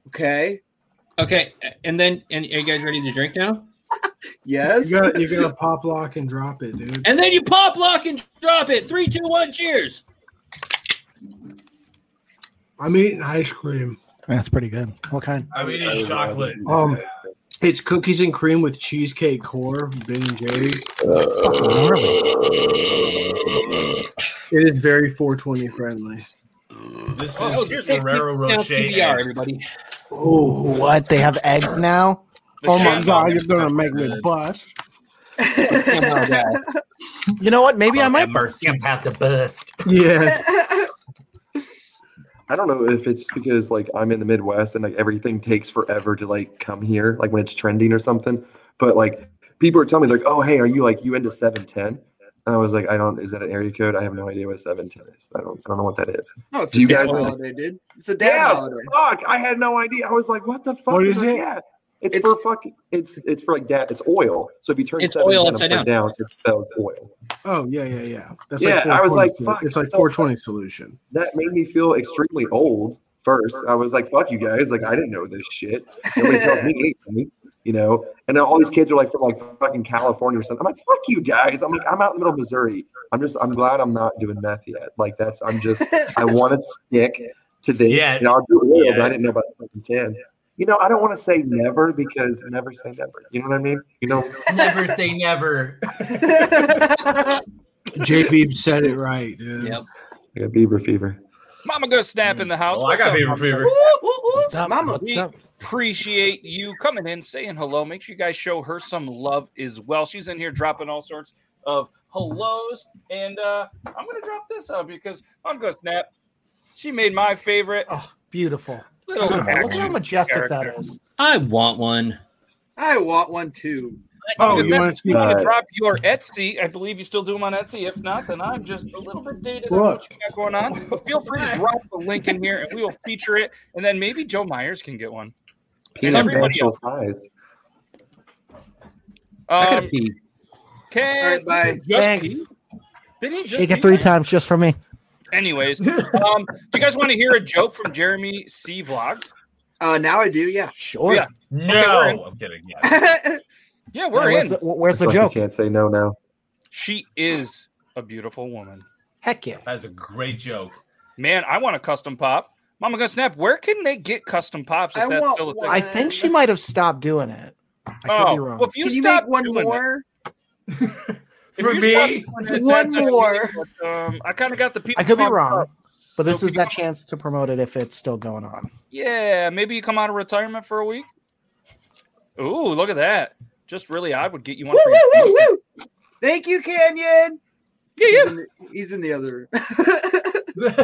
Speaker 2: Okay.
Speaker 7: Okay. And then, and are you guys ready to drink now?
Speaker 2: Yes.
Speaker 5: You gotta, you gotta pop lock and drop it, dude.
Speaker 7: And then you pop, lock, and drop it. Three, two, one, cheers.
Speaker 5: I'm eating ice cream.
Speaker 3: That's pretty good. What kind?
Speaker 6: I'm eating chocolate.
Speaker 5: Um, it's cookies and cream with cheesecake core, Ben and Jerry's. That's fucking gnarly. It is very 420 friendly.
Speaker 6: This is
Speaker 7: Oh, here's the
Speaker 6: Ferrero
Speaker 7: now
Speaker 6: Rocher.
Speaker 7: PBR,
Speaker 6: eggs.
Speaker 7: everybody.
Speaker 3: Oh, what? They have eggs now?
Speaker 6: The
Speaker 3: oh my
Speaker 6: shotgun
Speaker 3: god,
Speaker 6: is
Speaker 3: you're gonna
Speaker 6: so
Speaker 3: make me
Speaker 6: good.
Speaker 3: bust. you know what?
Speaker 6: Oh,
Speaker 3: Maybe I might.
Speaker 6: Mercy, I'm half the bust.
Speaker 5: Yes.
Speaker 8: I don't know if it's just because like I'm in the Midwest and like everything takes forever to like come here, like when it's trending or something. But like people are telling me like, oh hey, are you like you into seven ten? And I was like, I don't. Is that an area code? I have no idea what seven ten is. I don't. I don't know what that is.
Speaker 2: No, Oh, it's
Speaker 8: Do
Speaker 2: a
Speaker 8: you
Speaker 2: dad
Speaker 8: guys?
Speaker 2: holiday, dude. It's a dad
Speaker 8: Yeah,
Speaker 2: holiday.
Speaker 8: Fuck! I had no idea. I was like, what the fuck?
Speaker 5: What
Speaker 8: is
Speaker 5: is
Speaker 8: that?
Speaker 5: it?
Speaker 8: Yeah. It's,
Speaker 2: It's-
Speaker 8: for fucking. It's it's for like that. It's oil. So if you turn
Speaker 7: It's
Speaker 8: seven
Speaker 7: oil
Speaker 8: ten
Speaker 7: upside
Speaker 8: upside down, it's that was oil.
Speaker 5: Oh yeah, yeah, yeah. That's
Speaker 8: Yeah,
Speaker 5: like
Speaker 8: I was
Speaker 5: 420
Speaker 8: like,
Speaker 5: solu-
Speaker 8: fuck,
Speaker 5: it's like
Speaker 8: so-
Speaker 5: 420 solution.
Speaker 8: that made me feel extremely old first. I was like, fuck you guys. Like, I didn't know this shit. Nobody tells me anything, you know? And then all these kids are like from like fucking California or something. I'm like, fuck you guys. I'm like, I'm out in the middle of Missouri. I'm just, I'm glad I'm not doing meth yet. Like, that's, I'm just, I want to stick to this.
Speaker 6: Yeah.
Speaker 8: And I'll do oil, but
Speaker 6: Yeah.
Speaker 8: I didn't know about 710. You know, I don't want to say never because never say never. You know what I mean? You know,
Speaker 6: Never say never.
Speaker 5: JB said it right, dude.
Speaker 7: Yep.
Speaker 8: I got Bieber fever.
Speaker 1: Mama Go Snap in the house.
Speaker 6: Well, I
Speaker 1: What's
Speaker 6: got
Speaker 1: up,
Speaker 6: paper
Speaker 1: Mama?
Speaker 6: fever.
Speaker 3: What's up?
Speaker 2: Mama.
Speaker 3: What's
Speaker 1: We
Speaker 3: up?
Speaker 1: appreciate you coming in, saying hello. Make sure you guys show her some love as well. She's in here dropping all sorts of hellos. And uh, I'm going to drop this up because I'm going to snap. She made my favorite
Speaker 3: Oh, beautiful.
Speaker 1: little
Speaker 3: Beautiful. Look at how
Speaker 1: action
Speaker 3: majestic that
Speaker 1: character.
Speaker 3: is.
Speaker 7: I want one.
Speaker 2: I want one too.
Speaker 5: Oh,
Speaker 1: If
Speaker 5: you
Speaker 1: that-
Speaker 5: want to see?
Speaker 1: you want
Speaker 8: Uh,
Speaker 1: to drop your Etsy? I believe you still do them on Etsy. If not, then I'm just a little bit dated on what
Speaker 5: Look.
Speaker 1: you got going on. But feel free to drop the link in here, and we will feature it. And then maybe Joe Myers can get one. And
Speaker 8: Peanut
Speaker 1: everybody
Speaker 8: actual
Speaker 1: else.
Speaker 8: size.
Speaker 7: I gotta
Speaker 1: Um,
Speaker 7: pee.
Speaker 1: can
Speaker 2: All right, bye.
Speaker 1: he just
Speaker 3: Thanks.
Speaker 1: pee? Did he just
Speaker 3: Shake
Speaker 1: pee?
Speaker 3: it three times just for me.
Speaker 1: Anyways, um, do you guys want to hear a joke from Jeremy C. Vlogs?
Speaker 2: Uh, now I do, yeah.
Speaker 3: Sure.
Speaker 1: Yeah. we're in.
Speaker 6: No, I'm kidding. Yeah.
Speaker 1: Yeah,
Speaker 3: Now,
Speaker 1: we're
Speaker 3: where's
Speaker 1: in.
Speaker 3: the, where's the
Speaker 8: It's like
Speaker 3: joke?
Speaker 8: I can't say no now.
Speaker 1: She is a beautiful woman.
Speaker 3: Heck yeah.
Speaker 6: That's a great joke.
Speaker 1: Man, I want a custom pop. Mama gonna snap. Where can they get custom pops? If
Speaker 2: I
Speaker 1: that's
Speaker 2: want
Speaker 1: still a thing?
Speaker 2: one.
Speaker 3: I think she might have stopped doing it. I could
Speaker 1: oh,
Speaker 3: be wrong.
Speaker 1: well, if you
Speaker 2: Can you
Speaker 1: stop
Speaker 2: make one
Speaker 1: doing that-
Speaker 2: more?
Speaker 1: if
Speaker 6: For
Speaker 1: you
Speaker 6: me?
Speaker 1: stop doing that,
Speaker 2: One
Speaker 1: that's-
Speaker 2: more.
Speaker 1: but, um, I kind of got the people.
Speaker 3: I could be
Speaker 1: pumped
Speaker 3: wrong,
Speaker 1: up.
Speaker 3: but this
Speaker 1: So
Speaker 3: is
Speaker 1: can
Speaker 3: that chance to promote it if it's still going on.
Speaker 1: Yeah, maybe you come out of retirement for a week. Ooh, look at that! Just really odd would get you one.
Speaker 2: Woo,
Speaker 1: for
Speaker 2: woo,
Speaker 1: your
Speaker 2: woo, woo. Thank you, Canyon.
Speaker 1: Yeah,
Speaker 2: He's
Speaker 1: yeah.
Speaker 2: in the, he's in the other room.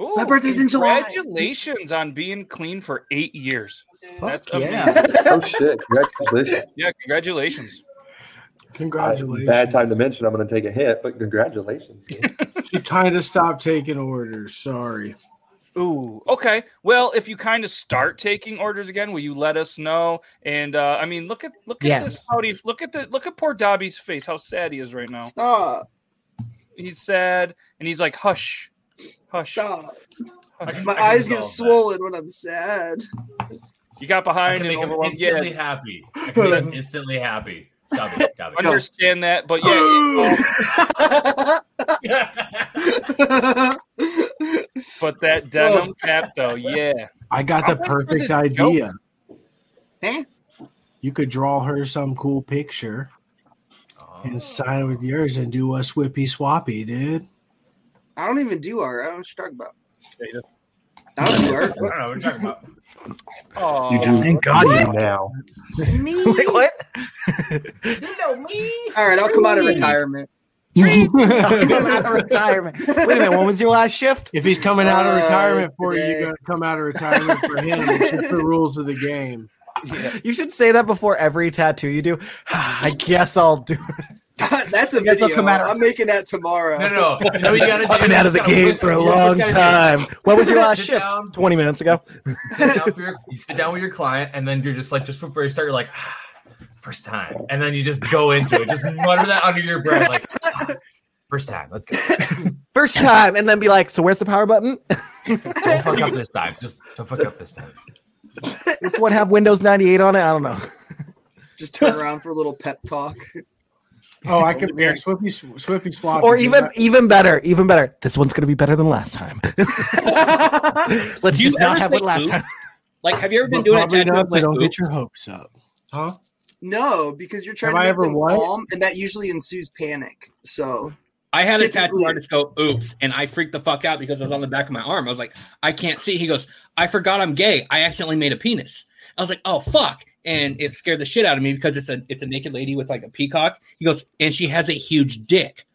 Speaker 1: Ooh,
Speaker 2: My birthday's in July.
Speaker 1: Congratulations on being clean for eight years.
Speaker 3: Fuck
Speaker 1: That's
Speaker 3: yeah.
Speaker 1: amazing.
Speaker 8: Oh shit! Congratulations.
Speaker 1: Yeah, congratulations.
Speaker 5: Congratulations.
Speaker 8: Bad time to mention I'm going to take a hit, but congratulations.
Speaker 5: She kind of stopped taking orders. Sorry.
Speaker 1: Ooh, okay. Well, if you kind of start taking orders again, will you let us know? And uh, I mean, look at look at
Speaker 3: Yes.
Speaker 1: this howdy. Look at the look at poor Dobby's face. How sad he is right now.
Speaker 2: Stop.
Speaker 1: he's sad, and he's like, "Hush, hush,
Speaker 2: stop."
Speaker 1: Hush.
Speaker 2: My eyes get swollen when I'm sad.
Speaker 1: You got
Speaker 6: I
Speaker 1: behind
Speaker 6: can
Speaker 1: and
Speaker 6: make him
Speaker 1: overwhelmed.
Speaker 6: instantly
Speaker 1: Yeah,
Speaker 6: happy. I can make him instantly happy. Got it. Got it.
Speaker 1: understand that, but yeah, it- but that denim cap though, yeah.
Speaker 5: I got the
Speaker 1: I'm waiting for
Speaker 5: perfect
Speaker 1: this
Speaker 5: idea.
Speaker 2: Huh?
Speaker 5: You could draw her some cool picture
Speaker 6: Oh.
Speaker 5: and sign it with yours and do a swippy swappy, dude.
Speaker 2: I don't even do art. I don't know what you're talking about.
Speaker 5: I don't
Speaker 2: do art.
Speaker 6: I don't know what you're talking
Speaker 1: about.
Speaker 8: You do.
Speaker 5: Thank God
Speaker 8: you
Speaker 5: you
Speaker 8: do now.
Speaker 2: Me? Wait, what?
Speaker 7: You know me.
Speaker 2: All right, I'll come out of retirement.
Speaker 3: Come out of retirement. Wait a minute, when was your last shift?
Speaker 5: If he's coming out of
Speaker 3: Uh,
Speaker 5: retirement for you,
Speaker 3: today.
Speaker 5: you gotta come out of retirement for him. It's just the rules of the game.
Speaker 3: You should say that before every tattoo you do. I guess I'll do it.
Speaker 2: That's a
Speaker 3: guess I'll
Speaker 2: video.
Speaker 3: come out of-
Speaker 2: I'm making that tomorrow.
Speaker 6: No, no. You know what you gotta do?
Speaker 3: I've been out of the
Speaker 6: You just gotta
Speaker 3: game
Speaker 6: whisper-
Speaker 3: for a
Speaker 6: you just
Speaker 3: long
Speaker 6: gotta do-
Speaker 3: time. When was your last
Speaker 6: Sit
Speaker 3: shift?
Speaker 6: down.
Speaker 3: 20 minutes ago.
Speaker 6: sit down for your, you sit down with your client, and then you're just like, just before you start, you're like, "Ah, first time, and then you just go into it, just mutter that under your breath, like, "Ah, first time, let's go.
Speaker 3: First time, and then be like, so where's the power button?
Speaker 6: Don't fuck up this time. Just don't fuck up this time.
Speaker 3: this one have Windows 98 on it? I don't know.
Speaker 2: Just turn around for a little pep talk.
Speaker 5: Oh, I could yeah, swippy sw- swippy swappy.
Speaker 3: Or even even better, even better. This one's gonna be better than last time. Let's
Speaker 7: Do you
Speaker 3: just not
Speaker 7: ever
Speaker 3: have what
Speaker 7: think
Speaker 3: last
Speaker 7: Luke-
Speaker 3: time.
Speaker 7: Like, have you ever been
Speaker 5: But
Speaker 7: doing
Speaker 5: probably
Speaker 7: a tattoo?
Speaker 5: not,
Speaker 7: of,
Speaker 5: so
Speaker 7: Like,
Speaker 5: don't
Speaker 7: oops,
Speaker 5: get your hopes up. Huh?
Speaker 2: No, because you're trying
Speaker 5: Have
Speaker 2: to
Speaker 5: I
Speaker 2: make
Speaker 5: ever
Speaker 2: them
Speaker 5: what?
Speaker 2: calm, and that usually ensues panic. So
Speaker 7: I had a tattoo
Speaker 2: Typically-
Speaker 7: artist go, oops, and I freaked the fuck out because it was on the back of my arm. I was like, I can't see. He goes, I forgot I'm gay. I accidentally made a penis. I was like, oh fuck. And it scared the shit out of me because it's a it's a naked lady with like a peacock. He goes, and she has a huge dick.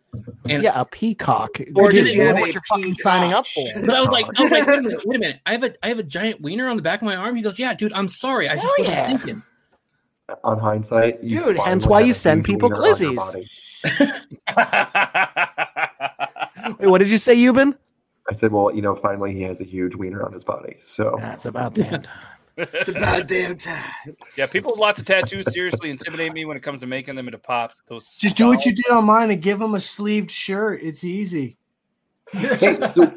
Speaker 7: And
Speaker 3: yeah, a peacock.
Speaker 7: Or did
Speaker 3: didn't
Speaker 7: you
Speaker 3: know
Speaker 7: have
Speaker 3: what
Speaker 7: a
Speaker 3: you're fucking signing up for?
Speaker 7: But I was like, I was like, wait a minute, wait a minute. I have a I have a giant wiener on the back of my arm. He goes, Yeah, dude, I'm sorry. I just wasn't
Speaker 3: yeah.
Speaker 7: thinking.
Speaker 8: On hindsight, you
Speaker 3: Dude,
Speaker 8: find
Speaker 3: hence
Speaker 8: what
Speaker 3: why
Speaker 8: had
Speaker 3: you
Speaker 8: a
Speaker 3: send
Speaker 8: huge
Speaker 3: people
Speaker 8: wiener on your
Speaker 3: glizzies.
Speaker 8: body.
Speaker 3: Wait, what did you say, Euban?
Speaker 8: I said, well, you know, finally he has a huge wiener on his body. So
Speaker 3: that's about damn time.
Speaker 2: it's about damn time.
Speaker 1: Yeah, people with lots of tattoos seriously intimidate me when it comes to making them into pops. Those
Speaker 5: Just do what you did on mine and give him a sleeved shirt. It's easy.
Speaker 8: Hey, so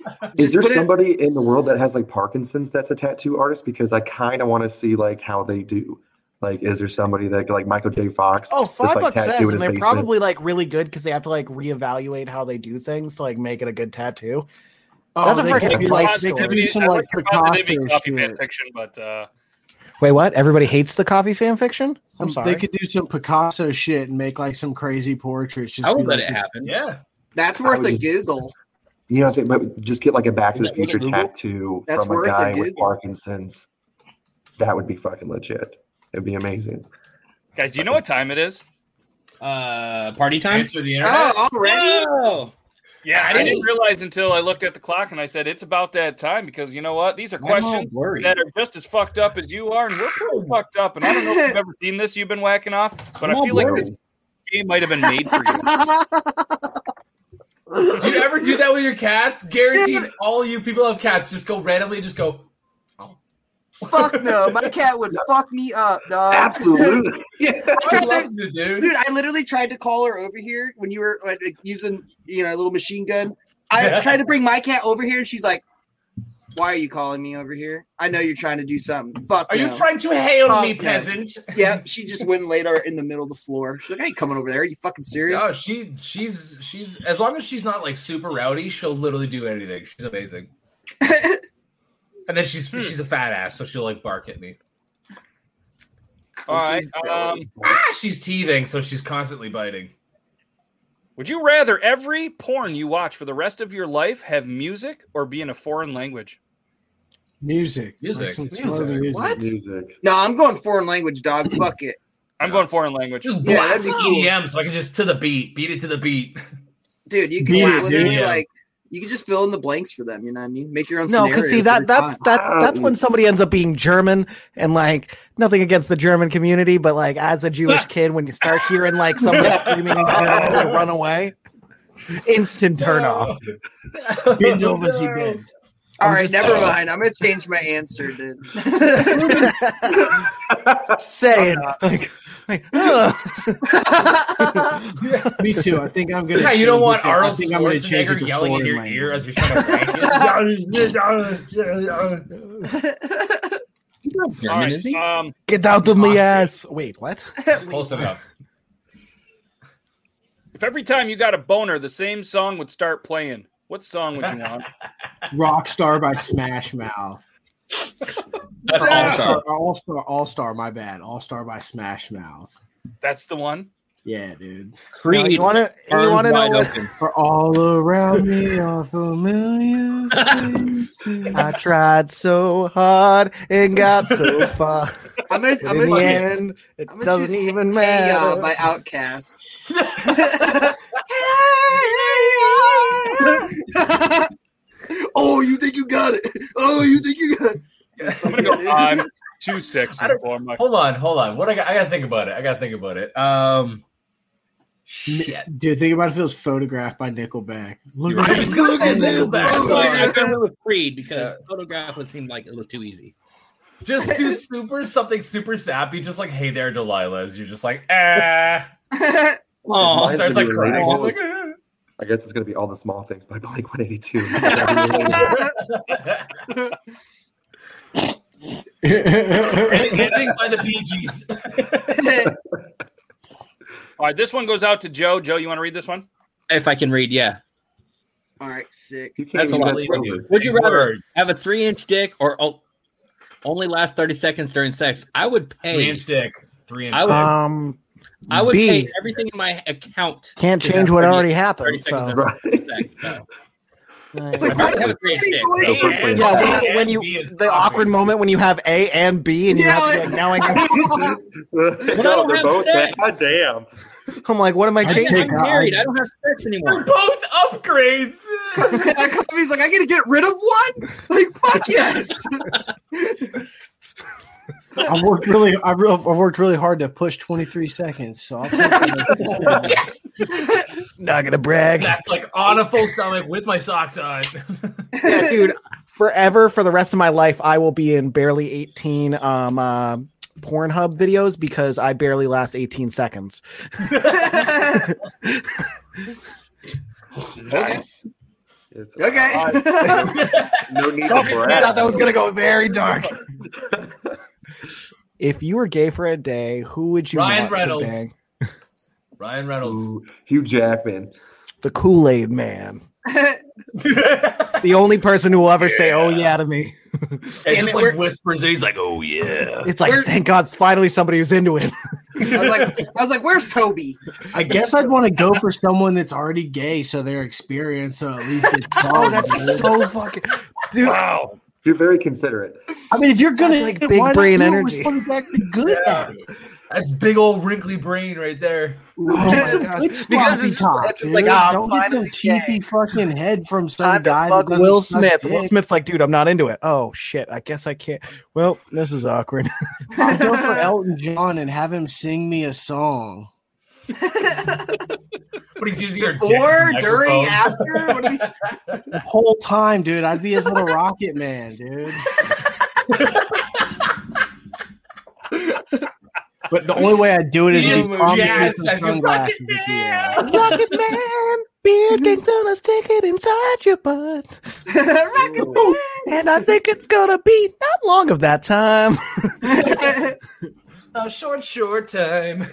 Speaker 5: Just
Speaker 8: is there
Speaker 5: put it-
Speaker 8: somebody in the world that has like Parkinson's that's a tattoo artist? Because I kind of want to see like how they do. Like, is there somebody that like Michael J. Fox?
Speaker 3: Oh, five
Speaker 8: that's, like,
Speaker 3: bucks says, and
Speaker 8: tattooed in his
Speaker 3: they're
Speaker 8: basement?
Speaker 3: probably like really good because they have to like reevaluate how they do things to like make it a good tattoo.
Speaker 5: Oh,
Speaker 3: That's a
Speaker 5: they could
Speaker 3: freaking
Speaker 5: be
Speaker 3: life
Speaker 5: like- they could be
Speaker 3: story.
Speaker 5: some like Picasso
Speaker 1: copy fan
Speaker 5: shit.
Speaker 1: fiction, but uh,
Speaker 3: Wait, what? Everybody hates the coffee fan fiction? I'm
Speaker 5: Some-
Speaker 3: sorry.
Speaker 5: They could do some Picasso shit and make like some crazy portraits. Just
Speaker 7: I would
Speaker 5: be
Speaker 7: let
Speaker 5: like,
Speaker 7: it happen.
Speaker 6: Yeah.
Speaker 2: That's
Speaker 8: I
Speaker 2: worth
Speaker 8: would
Speaker 2: a
Speaker 8: just-
Speaker 2: Google.
Speaker 8: You know, what I'm saying, but just get like a Back to the
Speaker 2: Isn't that
Speaker 8: Future
Speaker 2: really Google?
Speaker 8: tattoo
Speaker 2: That's
Speaker 8: from a
Speaker 2: worth it,
Speaker 8: guy with
Speaker 2: dude.
Speaker 8: Parkinson's. That would be fucking legit. It'd be amazing.
Speaker 1: guys, do you know what time it is?
Speaker 7: Uh party time?
Speaker 6: Answer the internet.
Speaker 2: Oh, already?
Speaker 7: Oh.
Speaker 1: Yeah, I
Speaker 7: Hey.
Speaker 1: didn't realize until I looked at the clock and I said it's about that time because you know what? These are
Speaker 7: I'm all
Speaker 1: questions
Speaker 7: worried.
Speaker 1: that are just as fucked up as you are, and we're pretty fucked up. And I don't know if you've ever seen this. You've been whacking off, but
Speaker 7: I'm
Speaker 1: I
Speaker 7: all
Speaker 3: Oh,
Speaker 1: feel like this
Speaker 7: worried.
Speaker 1: game might have been made for you.
Speaker 6: Do you ever do that with your cats? Guaranteed, all you people have cats. Just go randomly, just go.
Speaker 2: Fuck no, my cat would fuck me up, dog.
Speaker 8: Absolutely.
Speaker 2: I
Speaker 6: I
Speaker 2: tried
Speaker 6: love
Speaker 2: to-
Speaker 6: you, dude.
Speaker 2: dude, I literally tried to call her over here when you were like, using, you know, a little machine gun. I tried to bring my cat over here, and she's like, "Why are you calling me over here? I know you're trying to do something. Fuck.
Speaker 6: Are
Speaker 2: no.
Speaker 6: you trying to hail
Speaker 2: Fuck
Speaker 6: me,
Speaker 2: no."
Speaker 6: peasant?
Speaker 2: Yep. She just went and laid her in the middle of the floor. She's like, "I ain't coming over there. Are you fucking serious?
Speaker 6: No, Oh, she she's she's as long as she's not like super rowdy, she'll literally do anything. She's amazing. and then she's
Speaker 2: Hmm.
Speaker 6: she's a fat ass, so she'll like bark at me.
Speaker 1: All right. Um,
Speaker 6: Ah, she's teething, so she's constantly biting.
Speaker 1: would you rather every porn you watch for the rest of your life have music or be in a foreign language?
Speaker 5: music,
Speaker 6: Music.
Speaker 5: Like some
Speaker 6: Music.
Speaker 5: slow music.
Speaker 2: What?
Speaker 8: Music.
Speaker 2: No, I'm going foreign language, dog. Fuck it.
Speaker 1: I'm going foreign language.
Speaker 6: Just
Speaker 2: Yeah,
Speaker 6: blast
Speaker 2: that'd be cool.
Speaker 6: EDM, so I can just to the beat, beat it to the beat.
Speaker 2: dude. You can
Speaker 5: Beat
Speaker 2: just
Speaker 5: it,
Speaker 2: literally
Speaker 6: dude.
Speaker 2: like." You can just fill in the blanks for them, you know what I mean? Make your own
Speaker 3: No, because see
Speaker 2: scenarios
Speaker 3: that
Speaker 2: every
Speaker 3: that's
Speaker 2: time.
Speaker 3: that that's when somebody ends up being German and like nothing against the German community, but like as a Jewish kid, when you start hearing like somebody screaming in German, you run away. Instant turn off.
Speaker 5: Bend over the bed.
Speaker 2: All
Speaker 3: I'm
Speaker 2: right,
Speaker 3: just-
Speaker 2: never mind. I'm gonna change my answer then.
Speaker 3: Say it. Like, like, ugh.
Speaker 5: Me too. I think I'm gonna.
Speaker 6: Yeah, you
Speaker 5: change
Speaker 6: don't want
Speaker 5: it. I
Speaker 6: Arnold
Speaker 5: think I'm gonna change it
Speaker 6: Schwarzenegger
Speaker 5: to
Speaker 6: yelling in
Speaker 5: foreign
Speaker 6: your
Speaker 5: language.
Speaker 6: ear as you're trying to.
Speaker 3: All right, um, Get out of my ass. Wait, what?
Speaker 6: Close enough.
Speaker 1: If every time you got a boner, the same song would start playing, what song would you want?
Speaker 5: Rockstar by Smash Mouth.
Speaker 1: That's All-Star.
Speaker 5: All Star. All Star. My bad. All Star by Smash Mouth.
Speaker 1: That's the one.
Speaker 5: Yeah, dude.
Speaker 3: Creed. Now, you wanna- you Arms wanna know wide what- open.
Speaker 5: For all around me are familiar.
Speaker 3: I tried so hard and got so far.
Speaker 2: I'm gonna,
Speaker 3: But
Speaker 2: I'm gonna
Speaker 3: in the
Speaker 2: choose-
Speaker 3: end, it
Speaker 2: I'm gonna
Speaker 3: doesn't
Speaker 2: choose
Speaker 3: even
Speaker 2: Hey uh,
Speaker 3: matter.
Speaker 2: Ya by Outcast. oh, you think you got it? Oh, you think you got it?
Speaker 1: I'm gonna go five, two, six. and four. I'm like,
Speaker 6: Hold on, hold on. What I got? I gotta think about it. I gotta think about it. Um,
Speaker 5: Shit. Dude, think about if it was photographed by Nickelback. Look
Speaker 6: You're
Speaker 5: at
Speaker 6: right.
Speaker 5: this.
Speaker 6: Look at this.
Speaker 7: Nickelback.
Speaker 6: Oh
Speaker 7: So
Speaker 6: my
Speaker 7: I
Speaker 6: God.
Speaker 7: went with Creed because photograph would seem like it was too easy.
Speaker 6: just do super something super sappy, just like "Hey there, Delilah." As you're just like, ah.
Speaker 7: Oh,
Speaker 8: Mine's
Speaker 6: starts
Speaker 8: gonna
Speaker 6: like
Speaker 8: be
Speaker 6: crying.
Speaker 8: related.
Speaker 6: She's like, "Ah."
Speaker 8: I guess it's gonna be all the small things by Blink 182.
Speaker 6: Anything by the PGs.
Speaker 1: all right, this one goes out to Joe. Joe, you want to read this one?
Speaker 7: If I can read, yeah.
Speaker 2: All right, sick.
Speaker 7: That's a lot. Would you rather have a three inch dick or oh, only last 30 seconds during sex? I would pay.
Speaker 6: Three inch dick. Three inch.
Speaker 7: I would,
Speaker 3: Um,
Speaker 7: I would
Speaker 3: B.
Speaker 7: pay everything in my account.
Speaker 3: Can't
Speaker 7: to have
Speaker 3: change what
Speaker 7: 30
Speaker 3: already
Speaker 7: 30
Speaker 3: happened,
Speaker 7: seconds
Speaker 3: so-
Speaker 7: of sex, so.
Speaker 3: It's
Speaker 7: like, why have a three inch dick?
Speaker 3: Yeah, yeah, when, when you the awkward moment when you have A and B and you have to be like, now I can.
Speaker 8: no, they're both bad. God damn.
Speaker 3: I'm like, what am I
Speaker 8: I
Speaker 3: changing?
Speaker 8: take- I'm married. I
Speaker 7: don't have sex anymore.
Speaker 6: Both upgrades.
Speaker 2: He's like, I gotta get rid of one. Like, fuck yes.
Speaker 5: I've worked really, I've, real, I've worked really hard to push 23 seconds. So I'll
Speaker 3: not gonna brag.
Speaker 6: That's like on a full stomach with my socks on.
Speaker 3: Yeah, dude, forever for the rest of my life, I will be in barely 18 um uh, Pornhub videos because I barely last 18 seconds.
Speaker 8: Nice.
Speaker 2: Okay.
Speaker 8: no need
Speaker 3: Sorry,
Speaker 8: to brag.
Speaker 3: I thought that was gonna go very dark. If you were gay for a day, who would you
Speaker 6: Ryan
Speaker 3: want to
Speaker 6: Reynolds.
Speaker 3: bang?
Speaker 6: Ryan Reynolds.
Speaker 8: Ooh, Hugh Jackman.
Speaker 3: The Kool Aid Man. the only person who will ever say, "Oh yeah" to me.
Speaker 6: It just like whispers. And he's like, "Oh yeah."
Speaker 3: It's like,
Speaker 6: Where-
Speaker 3: thank God, it's finally somebody who's into it.
Speaker 2: I was like, I was like, where's Toby?
Speaker 5: I guess I'd want to go for someone that's already gay, so their experience. So at least it's
Speaker 3: Oh, that's so fucking. Dude.
Speaker 8: Wow. You're very considerate.
Speaker 5: I mean, if you're gonna
Speaker 3: like
Speaker 5: why
Speaker 3: big
Speaker 5: not
Speaker 3: brain
Speaker 5: do it with
Speaker 3: energy.
Speaker 5: someone that's actually good at it?
Speaker 6: That's big old wrinkly brain right there.
Speaker 5: It's a good sloppy talk, dude. don't get some teethy fucking head from some guy. That
Speaker 3: Fuck
Speaker 5: doesn't
Speaker 3: Will
Speaker 5: suck
Speaker 3: Smith.
Speaker 5: dick.
Speaker 3: Will Smith's like, dude, I'm not into it. Oh shit, I guess I can't. Well, this is awkward.
Speaker 5: I'll go for Elton John and have him sing me a song.
Speaker 6: but he's using your dick
Speaker 2: Before,
Speaker 6: as a
Speaker 2: during,
Speaker 6: microphone.
Speaker 2: after. What do we-
Speaker 5: The whole time, dude. I'd be his little rocket man, dude. but the only way I'd do it is
Speaker 3: You
Speaker 5: if he
Speaker 3: just
Speaker 5: promised me
Speaker 3: jazz
Speaker 5: some
Speaker 3: as a
Speaker 5: sunglasses. at the end.
Speaker 3: Rocket man, beer thing's gonna stick it inside your butt. and I think it's gonna be not long of that time.
Speaker 6: A short, short time.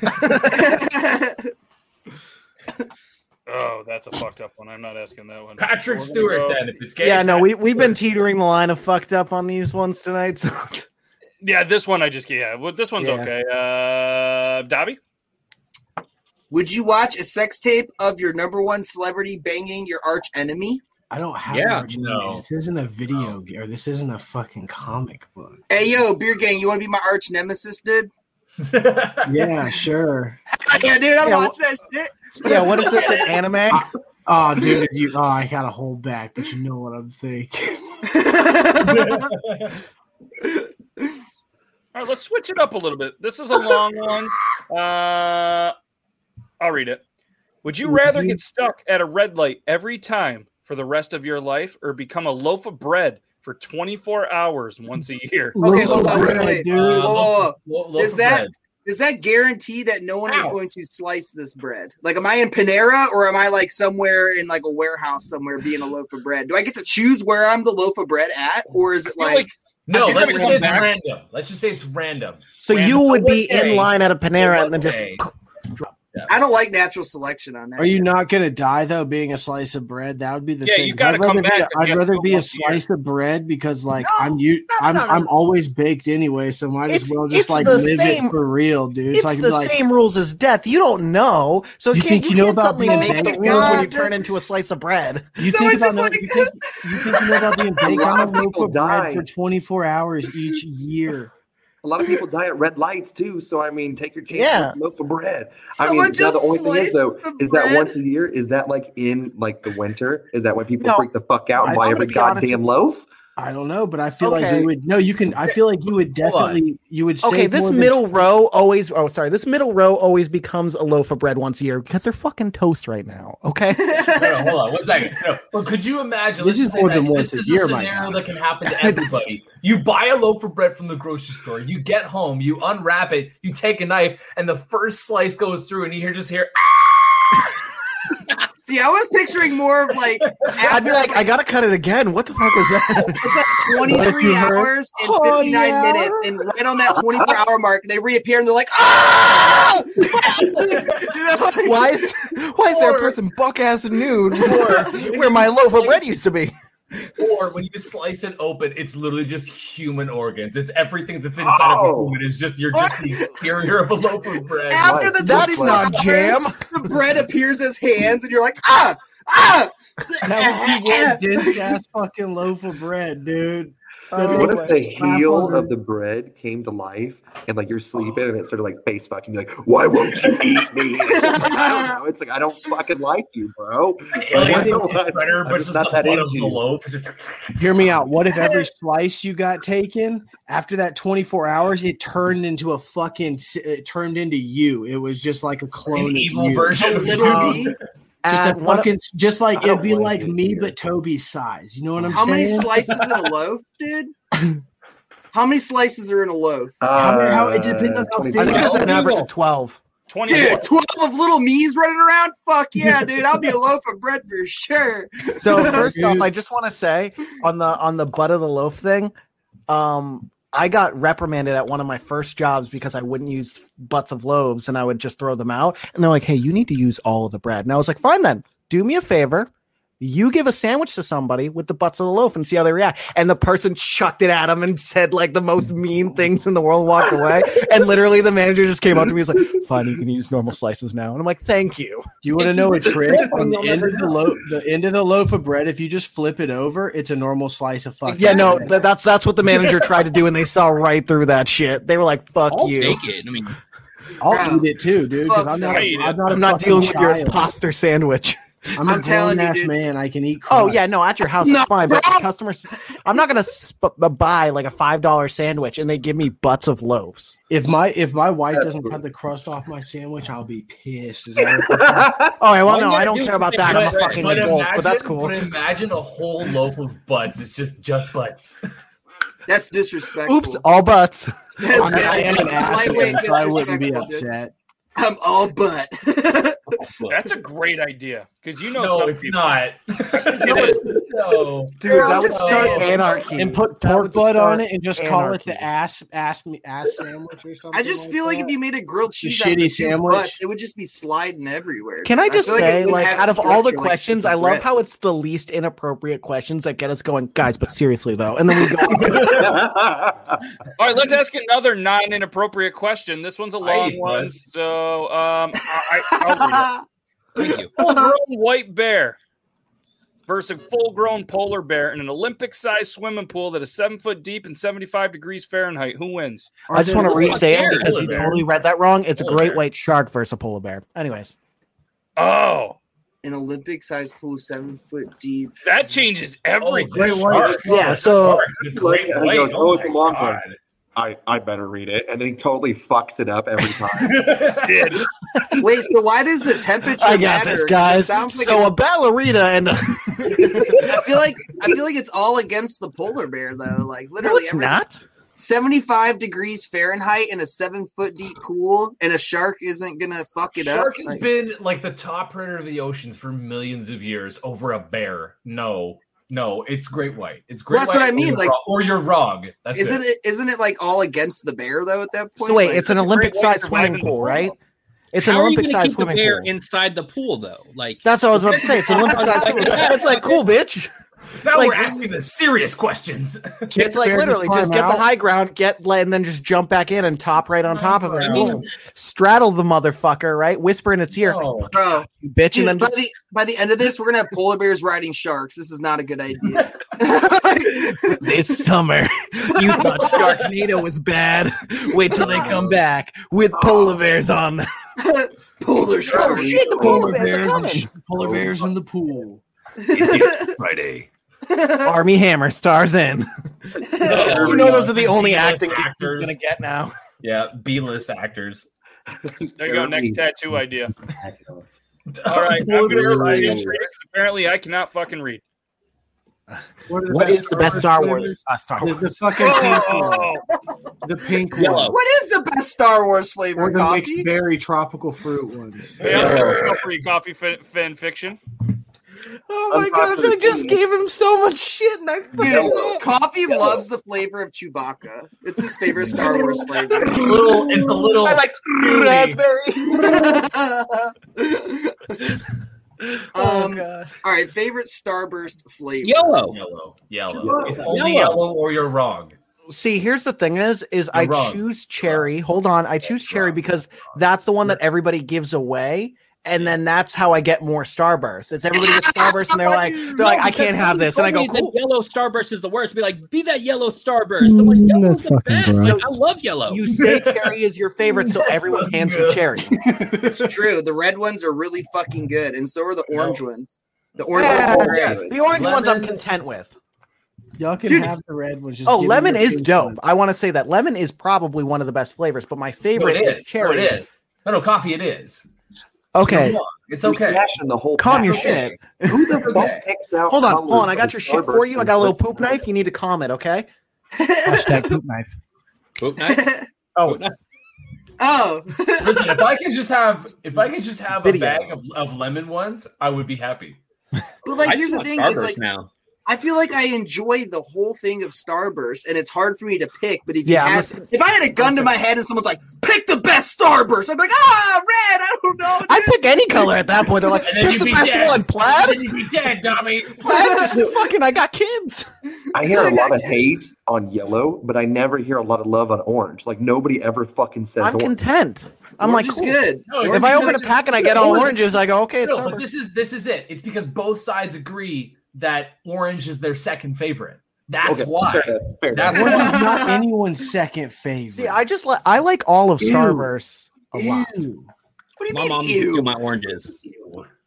Speaker 1: Oh, that's a fucked up one. I'm not asking that one. We're
Speaker 6: Patrick
Speaker 1: gonna
Speaker 6: Stewart,
Speaker 1: go-
Speaker 6: then, if it's gay.
Speaker 3: yeah, no, we we've been teetering the line of fucked up on these ones tonight. So
Speaker 1: Yeah, this one I just yeah. Well, this one's
Speaker 3: Yeah.
Speaker 1: okay. Uh, Dobby.
Speaker 2: Would you watch a sex tape of your number one celebrity banging your arch enemy?
Speaker 5: I don't have
Speaker 2: Yeah,
Speaker 5: yeah, This isn't a video game, or this isn't a fucking comic book.
Speaker 2: Hey yo, beer gang, you want to be my arch nemesis, dude?
Speaker 6: Uh,
Speaker 5: Yeah, sure.
Speaker 2: yeah, dude, I
Speaker 5: Yeah,
Speaker 2: watch that shit.
Speaker 3: yeah, what is this an anime?
Speaker 5: Oh, dude, you, oh, I gotta hold back, but you know what I'm thinking.
Speaker 1: All right, let's switch it up a little bit. This is a long one. Uh, I'll read it. Would you rather get stuck at a red light every time for the rest of your life, or become a loaf of bread for 24 hours once a year.
Speaker 2: Okay, hold on. Wait, wait. Whoa,
Speaker 3: uh,
Speaker 2: whoa, whoa. Does that does that guarantee that no one is going to slice this bread? Like, am I in Panera or am I like somewhere in like a warehouse somewhere being a loaf of bread? Do I get to choose where I'm the loaf of bread at, or is it like?
Speaker 6: No,
Speaker 2: I think
Speaker 6: let's
Speaker 2: I'm
Speaker 6: just
Speaker 2: going
Speaker 6: say it's
Speaker 2: back-
Speaker 6: random. Let's just say it's random.
Speaker 3: So
Speaker 6: Random.
Speaker 3: you would be
Speaker 6: One day.
Speaker 3: in line at a Panera and then just
Speaker 2: I don't like natural selection on that.
Speaker 5: Are you not gonna die though? Being a slice of bread, that would be the
Speaker 2: Yeah,
Speaker 5: thing.
Speaker 2: you gotta
Speaker 5: I'd rather
Speaker 2: come
Speaker 5: be
Speaker 2: back
Speaker 5: a-
Speaker 2: if
Speaker 5: I'd
Speaker 2: you have
Speaker 5: rather
Speaker 2: to
Speaker 5: be a
Speaker 2: once a year.
Speaker 5: slice of bread because, like, I'm you, I'm,
Speaker 3: no, no.
Speaker 5: I'm always baked anyway, so might as
Speaker 3: It's-
Speaker 5: well just
Speaker 3: it's
Speaker 5: like
Speaker 3: the
Speaker 5: live
Speaker 3: same-
Speaker 5: it for real, dude.
Speaker 3: it's
Speaker 5: so I can be
Speaker 3: the
Speaker 5: like,
Speaker 3: same rules as death. You don't know, so
Speaker 5: You
Speaker 3: you can't,
Speaker 5: think
Speaker 3: you
Speaker 5: you know
Speaker 3: can't
Speaker 5: about
Speaker 3: suddenly
Speaker 5: being
Speaker 3: make
Speaker 5: baked?
Speaker 3: up rules when you
Speaker 5: God.
Speaker 3: turn into a slice of bread.
Speaker 5: You think about no- you think you think you know about being baked on
Speaker 8: lot
Speaker 5: a
Speaker 8: of
Speaker 5: loaf
Speaker 8: people
Speaker 5: of bread
Speaker 8: die.
Speaker 5: for 24 hours each year.
Speaker 8: A lot of people die at red lights too. So I mean, take your chance
Speaker 5: Yeah.
Speaker 8: with a loaf of bread. I
Speaker 5: Someone
Speaker 8: mean, now the
Speaker 5: just
Speaker 8: only thing is though,
Speaker 5: slices the
Speaker 8: is that
Speaker 5: bread.
Speaker 8: once a year? Is that like in like the winter? Is that when people
Speaker 5: No.
Speaker 8: freak the fuck
Speaker 5: I-
Speaker 8: out and buy
Speaker 5: I'm
Speaker 8: every
Speaker 5: gonna be honest
Speaker 8: goddamn
Speaker 5: with-
Speaker 8: loaf?
Speaker 5: I don't know, but I feel like
Speaker 3: Okay.
Speaker 5: you would. No, you can. I feel like you would
Speaker 3: Hold on.
Speaker 5: definitely. You would. Save
Speaker 3: Okay, this
Speaker 5: more than-
Speaker 3: middle row always. Oh, sorry, this middle row always becomes a loaf of bread once a year because they're fucking toast right now. Okay,
Speaker 6: No, no, hold on one second. No, but could you imagine?
Speaker 3: This
Speaker 6: let's
Speaker 3: is
Speaker 6: just say
Speaker 3: more
Speaker 6: that
Speaker 3: than once
Speaker 6: this
Speaker 3: a
Speaker 6: is
Speaker 3: year,
Speaker 6: a
Speaker 3: my
Speaker 6: scenario that can happen to everybody. you buy a loaf of bread from the grocery store. You get home. You unwrap it. You take a knife, and the first slice goes through, and you hear just hear.
Speaker 2: See, I was picturing more of like
Speaker 3: I'd be like, I gotta cut it again. What the fuck was that?
Speaker 2: It's like
Speaker 3: What if
Speaker 2: 23
Speaker 3: you heard-
Speaker 2: hours and 59
Speaker 3: Oh, yeah.
Speaker 2: minutes. And right on that 24 hour mark, they reappear and they're like, ah!
Speaker 3: why is why is there a person buck ass nude where, where my loaf of bread used to be?
Speaker 6: Or when you slice it open, it's literally just human organs. It's everything that's inside of a
Speaker 3: Oh.
Speaker 6: human. It's just you're just the exterior of a loaf of bread.
Speaker 2: After the 24 hours, the bread appears as hands and you're like, ah, ah.
Speaker 5: That would be one dense ass fucking loaf of bread, dude. That'd
Speaker 8: what
Speaker 5: be
Speaker 8: if
Speaker 5: like
Speaker 8: the
Speaker 5: slap
Speaker 8: heel
Speaker 5: on
Speaker 8: of the bread came to life and like you're sleeping and it's sort of like face fucking you like, why won't you eat me? I don't know. It's like I don't fucking like you, bro. Like, I
Speaker 6: Alien
Speaker 8: don't-
Speaker 6: spreader,
Speaker 8: I'm
Speaker 6: but it's
Speaker 8: just
Speaker 6: just the
Speaker 8: not that
Speaker 6: blood of
Speaker 8: into
Speaker 6: the
Speaker 8: you.
Speaker 6: loaf.
Speaker 5: Hear me out. What if every slice you got taken after that 24 hours, it turned into a fucking, s- it turned into you? It was just like a clone.
Speaker 6: An
Speaker 5: of
Speaker 6: evil
Speaker 5: you.
Speaker 6: version of
Speaker 5: Um,
Speaker 6: you.
Speaker 5: Just
Speaker 3: At
Speaker 5: a
Speaker 3: one of-
Speaker 5: fucking, just like
Speaker 3: I
Speaker 5: it'd
Speaker 3: don't
Speaker 5: be
Speaker 3: like
Speaker 5: like me, but Toby's size. You know what I'm
Speaker 2: How
Speaker 5: saying?
Speaker 2: many slices in a loaf, dude? How many slices are in a loaf?
Speaker 8: Uh,
Speaker 5: How many- how- it depends on how
Speaker 2: Uh,
Speaker 5: thick.
Speaker 2: I think it's an average
Speaker 3: of twelve.
Speaker 2: Dude, 12 of little me's running around? Fuck yeah, dude. I'll be a loaf of bread for sure.
Speaker 3: So first off, I just want to say on the on the butt of the loaf thing, um, I got reprimanded at one of my first jobs because I wouldn't use butts of loaves and I would just throw them out. And they're like, "Hey, you need to use all of the bread." And I was like, "Fine then, do me a favor." You give a sandwich to somebody with the butts of the loaf and see how they react. And the person chucked it at him and said like the most mean things in the world, and walked away. And literally, the manager just came up to me and was like, "Fine, you can use normal slices now." And I'm like, "Thank you."
Speaker 5: Do you want to know a trick? On the end of the loaf, the end of the loaf of bread, if you just flip it over, it's a normal slice of fucking.
Speaker 3: Yeah, no,
Speaker 5: bread.
Speaker 3: th- that's that's what the manager tried to do, and they saw right through that shit. They were like, "Fuck
Speaker 5: I'll
Speaker 3: you."
Speaker 5: take
Speaker 7: it. I mean,
Speaker 5: I'll eat it too, dude. 'cause
Speaker 3: Fuck
Speaker 5: I'm not.
Speaker 3: that.
Speaker 5: I'm not, a
Speaker 3: I'm not
Speaker 5: fucking
Speaker 3: dealing with your
Speaker 5: child.
Speaker 3: imposter sandwich.
Speaker 5: I'm, a telling ass man. I can eat.
Speaker 3: Oh
Speaker 5: crust.
Speaker 3: yeah, no, at your house it's fine, but customers, I'm not gonna sp- b- buy like a five dollar sandwich and they give me butts of loaves.
Speaker 5: If my if my wife doesn't cut the crust off my sandwich, I'll be pissed. Is that
Speaker 3: oh, I well, no, I don't care about that. I'm a fucking adult, but that's cool.
Speaker 6: But imagine a whole loaf of butts. It's just just butts.
Speaker 2: That's disrespectful.
Speaker 3: Oops, all butts.
Speaker 2: That's bad.
Speaker 5: I am an
Speaker 2: It's
Speaker 5: ass
Speaker 2: lightweight
Speaker 5: man, so I wouldn't be
Speaker 2: disrespectful, dude.
Speaker 5: upset.
Speaker 2: I'm all butt.
Speaker 1: That's a great idea because you know
Speaker 6: No,
Speaker 1: some
Speaker 6: it's
Speaker 1: people-
Speaker 6: not. no,
Speaker 5: Dude, that would start anarchy. And put pork butt on it and just call it the ass ass me ass sandwich or something.
Speaker 2: I just feel like if you made a grilled cheese
Speaker 5: shitty
Speaker 2: out of
Speaker 5: sandwich.
Speaker 2: sandwich, it would just be sliding everywhere.
Speaker 3: Can I
Speaker 2: dude.
Speaker 3: just
Speaker 2: feel it
Speaker 3: say,
Speaker 2: wouldn't
Speaker 3: like,
Speaker 2: have
Speaker 3: out of all the
Speaker 2: structure like
Speaker 3: questions,
Speaker 2: pieces
Speaker 3: I
Speaker 2: of
Speaker 3: love
Speaker 2: bread.
Speaker 3: how it's the least inappropriate questions that get us going, guys. But seriously, though, and then we go.
Speaker 8: Uh,
Speaker 1: All right, let's ask another non inappropriate question. This one's a long
Speaker 6: eat
Speaker 1: one,
Speaker 6: butts.
Speaker 1: so um, I, I, will read it. Thank you. Full grown white bear versus a full grown polar bear in an Olympic sized swimming pool that is seven foot deep and 75 degrees Fahrenheit. Who wins?
Speaker 3: I just want to restate it
Speaker 1: Bears.
Speaker 3: because you totally read that wrong. It's a
Speaker 1: Polar
Speaker 3: great
Speaker 1: bear.
Speaker 3: white shark versus a polar bear. Anyways,
Speaker 1: Oh.
Speaker 2: An Olympic sized pool, seven foot deep.
Speaker 1: That changes
Speaker 6: Oh,
Speaker 1: everything.
Speaker 3: Yeah, so
Speaker 8: Like, and he goes, oh, it's a long one. I, I better read it, and then he totally fucks it up every time.
Speaker 2: Wait, so why does the temperature
Speaker 3: I got
Speaker 2: matter?
Speaker 3: this, guys.
Speaker 2: It sounds like
Speaker 3: so
Speaker 2: it's-
Speaker 3: a ballerina and
Speaker 2: I feel like I feel like it's all against the polar bear though. Like literally,
Speaker 3: it's
Speaker 2: everything-
Speaker 3: not.
Speaker 2: 75 degrees Fahrenheit in a seven foot deep pool, and a shark isn't gonna fuck it
Speaker 6: Shark
Speaker 2: up.
Speaker 6: has
Speaker 2: Like,
Speaker 6: been like the top predator of the oceans for millions of years over a bear. No, no, it's great white. It's great.
Speaker 2: Well, that's what
Speaker 6: white
Speaker 2: I mean,
Speaker 6: or
Speaker 2: like-
Speaker 6: wrong- or you're wrong. That's
Speaker 2: isn't
Speaker 6: it.
Speaker 2: it? Isn't it like all against the bear though? At that point,
Speaker 3: So wait,
Speaker 2: Like-
Speaker 3: it's an Olympic-sized swimming pool, right? It's an
Speaker 7: How are you gonna
Speaker 3: Olympic-sized
Speaker 7: keep the
Speaker 3: swimming
Speaker 7: bear
Speaker 3: pool.
Speaker 7: inside the pool though? Like
Speaker 3: That's what I was about to say. It's an Olympic-sized swimming pool. It's like cool, bitch.
Speaker 6: Now
Speaker 3: Like-
Speaker 6: we're asking the serious questions.
Speaker 3: It's like literally just get the high ground, get le- and then just jump back in and top right on top of it.
Speaker 2: I mean-
Speaker 3: Boom. straddle the motherfucker, right? Whisper in its ear, "Fuck
Speaker 2: bro.
Speaker 3: you bitch,
Speaker 2: Dude,
Speaker 3: and
Speaker 2: by
Speaker 3: then
Speaker 2: the by the end of this, we're gonna have polar bears riding sharks. This is not a good idea.
Speaker 3: this summer you thought Sharknado was bad. Wait till they come back with polar bears on. them."
Speaker 2: polar
Speaker 5: sharks.
Speaker 3: shit, the polar bears are
Speaker 5: coming. Polar bears in the pool.
Speaker 10: Friday.
Speaker 3: Army Hammer stars in. you know those are the only acting you're gonna get now.
Speaker 6: Yeah, B list actors.
Speaker 1: There you go. Next tattoo idea. All right, I'm gonna go read this reading, 'cause apparently I cannot fucking read.
Speaker 3: What is the best Star Wars? Uh, Star
Speaker 5: The,
Speaker 3: Wars.
Speaker 5: the fucking pink one. The pink one.
Speaker 2: What is the best Star Wars
Speaker 5: Or
Speaker 2: flavor
Speaker 5: the
Speaker 2: coffee?
Speaker 5: mixed berry tropical fruit ones.
Speaker 1: Yeah, free coffee fan, fan fiction.
Speaker 3: Oh
Speaker 1: my gosh, I just
Speaker 3: gave him so much shit, and I
Speaker 2: Dude, coffee loves the flavor of Chewbacca. It's his favorite Star Wars flavor.
Speaker 6: It's a little. It's a
Speaker 3: Oh,
Speaker 6: little.
Speaker 2: I like
Speaker 6: gooey.
Speaker 3: Oh,
Speaker 2: um, all right, favorite Starburst flavor.
Speaker 7: Yellow.
Speaker 6: Yellow. Yellow. It's only yellow, or you're wrong.
Speaker 3: See, here's the thing is is I
Speaker 6: You're wrong.
Speaker 3: choose cherry. Hold on, I choose cherry because that's the one that everybody gives away. And then that's how I get more Starburst. It's everybody gets Starburst, and they're like, they're like, I can't have this. And I go,
Speaker 7: Told me that
Speaker 3: cool.
Speaker 7: Yellow Starburst is the worst. Be like, be that yellow Starburst. I'm like,
Speaker 3: that's
Speaker 7: fucking like, I love yellow.
Speaker 3: You say cherry is your favorite, so everyone hands you cherry.
Speaker 2: It's true. The red ones are really fucking good, and so are the orange ones. The orange
Speaker 3: Yeah,
Speaker 2: ones are great.
Speaker 3: yes. The orange ones I'm content with.
Speaker 5: Y'all can
Speaker 3: Dude,
Speaker 5: have
Speaker 3: it's-
Speaker 5: the red ones. just
Speaker 3: Oh,
Speaker 5: give me
Speaker 3: lemon
Speaker 5: your
Speaker 3: is
Speaker 5: pink
Speaker 3: dope. I want to say that lemon is probably one of the best flavors, but my
Speaker 6: No,
Speaker 3: favorite
Speaker 6: it is.
Speaker 3: is cherry.
Speaker 6: No, it is. No, no, coffee. It is.
Speaker 3: Okay.
Speaker 6: You're wrong. It's
Speaker 3: You're
Speaker 6: okay.
Speaker 3: smashing
Speaker 8: the whole
Speaker 3: Calm your
Speaker 6: okay.
Speaker 3: shit.
Speaker 8: Who the fuck picks out?
Speaker 3: Hold on, hold on.
Speaker 8: colors
Speaker 3: I got
Speaker 8: of
Speaker 3: your shit for
Speaker 8: Starburst
Speaker 3: you. I
Speaker 8: and
Speaker 3: got a little
Speaker 8: puts-
Speaker 3: poop knife. You need to calm it, okay?
Speaker 5: Hashtag poop knife.
Speaker 3: Oh,
Speaker 2: Oh,
Speaker 6: Listen, if I could just have, if I could just have
Speaker 3: Video.
Speaker 6: a bag of, of lemon ones, I would be happy.
Speaker 2: But like,
Speaker 6: I
Speaker 2: here's the
Speaker 6: just
Speaker 2: thing:
Speaker 6: want
Speaker 2: is
Speaker 6: Starburst
Speaker 2: like,
Speaker 7: now.
Speaker 2: I feel like I enjoy the whole thing of Starburst, and it's hard for me to pick. But if you
Speaker 3: Yeah, I'm
Speaker 2: ask, if I had a gun to my head and someone's like, "Pick the best Starburst," I'm like, "Ah, red. I don't know."
Speaker 3: I pick any color at that point. They're like,
Speaker 6: And then
Speaker 3: pick
Speaker 6: you'd
Speaker 3: the
Speaker 6: be
Speaker 3: best
Speaker 6: dead.
Speaker 3: one,
Speaker 6: And
Speaker 3: plaid.
Speaker 6: then you'd be dead, Tommy.
Speaker 3: Plaid is fucking. I got kids.
Speaker 8: I hear a lot of hate on yellow, but I never hear a lot of love on orange. Like nobody ever fucking says
Speaker 3: I'm
Speaker 8: orange.
Speaker 3: content. I'm
Speaker 2: Orange
Speaker 3: like,
Speaker 2: is
Speaker 3: cool.
Speaker 2: good.
Speaker 6: No,
Speaker 3: If I
Speaker 6: orange is
Speaker 3: open
Speaker 6: like-
Speaker 3: a pack and I get all
Speaker 6: Orange-
Speaker 3: oranges, I go, okay, it's
Speaker 6: No, but
Speaker 3: Starburst.
Speaker 6: this is this is it. It's because both sides agree that orange is their second favorite. That's
Speaker 8: Okay,
Speaker 6: why.
Speaker 8: fair enough, fair
Speaker 6: That's
Speaker 5: Orange
Speaker 6: why.
Speaker 5: is not anyone's second favorite.
Speaker 3: See, I just like I like all of
Speaker 5: Ew.
Speaker 3: Starburst a lot.
Speaker 5: Ew.
Speaker 2: What do you
Speaker 7: My
Speaker 2: mean?
Speaker 7: mom used to
Speaker 2: ew?
Speaker 7: do my oranges.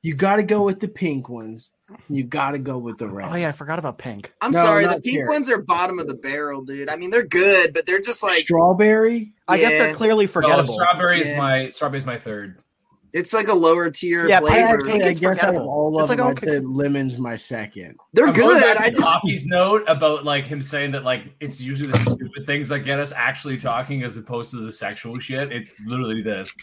Speaker 5: You got to go with the pink ones. You got to go with the red.
Speaker 3: Oh yeah, I forgot about pink.
Speaker 2: I'm
Speaker 5: No,
Speaker 2: sorry, the
Speaker 5: not
Speaker 2: pink
Speaker 5: cherry.
Speaker 2: ones are bottom of the barrel, dude. I mean, they're good, but they're just like
Speaker 5: Strawberry.
Speaker 3: I guess
Speaker 2: Yeah.
Speaker 3: they're clearly
Speaker 6: No,
Speaker 3: forgettable.
Speaker 6: Oh, strawberry
Speaker 2: Yeah.
Speaker 6: is my strawberry is my third.
Speaker 2: it's like a lower tier
Speaker 3: Yeah, I- I-
Speaker 5: I,
Speaker 2: flavor.
Speaker 3: pink
Speaker 5: I
Speaker 3: is
Speaker 5: guess out of
Speaker 3: forgettable.
Speaker 5: all
Speaker 3: It's
Speaker 5: of
Speaker 3: like,
Speaker 5: them, I'd
Speaker 3: okay.
Speaker 5: say lemon's my second.
Speaker 2: they're
Speaker 6: I'm going
Speaker 2: good.
Speaker 6: back
Speaker 2: I
Speaker 6: to
Speaker 2: just
Speaker 6: Coffee's note about like him saying that like it's usually the stupid things that get us actually talking as opposed to the sexual shit. It's literally this.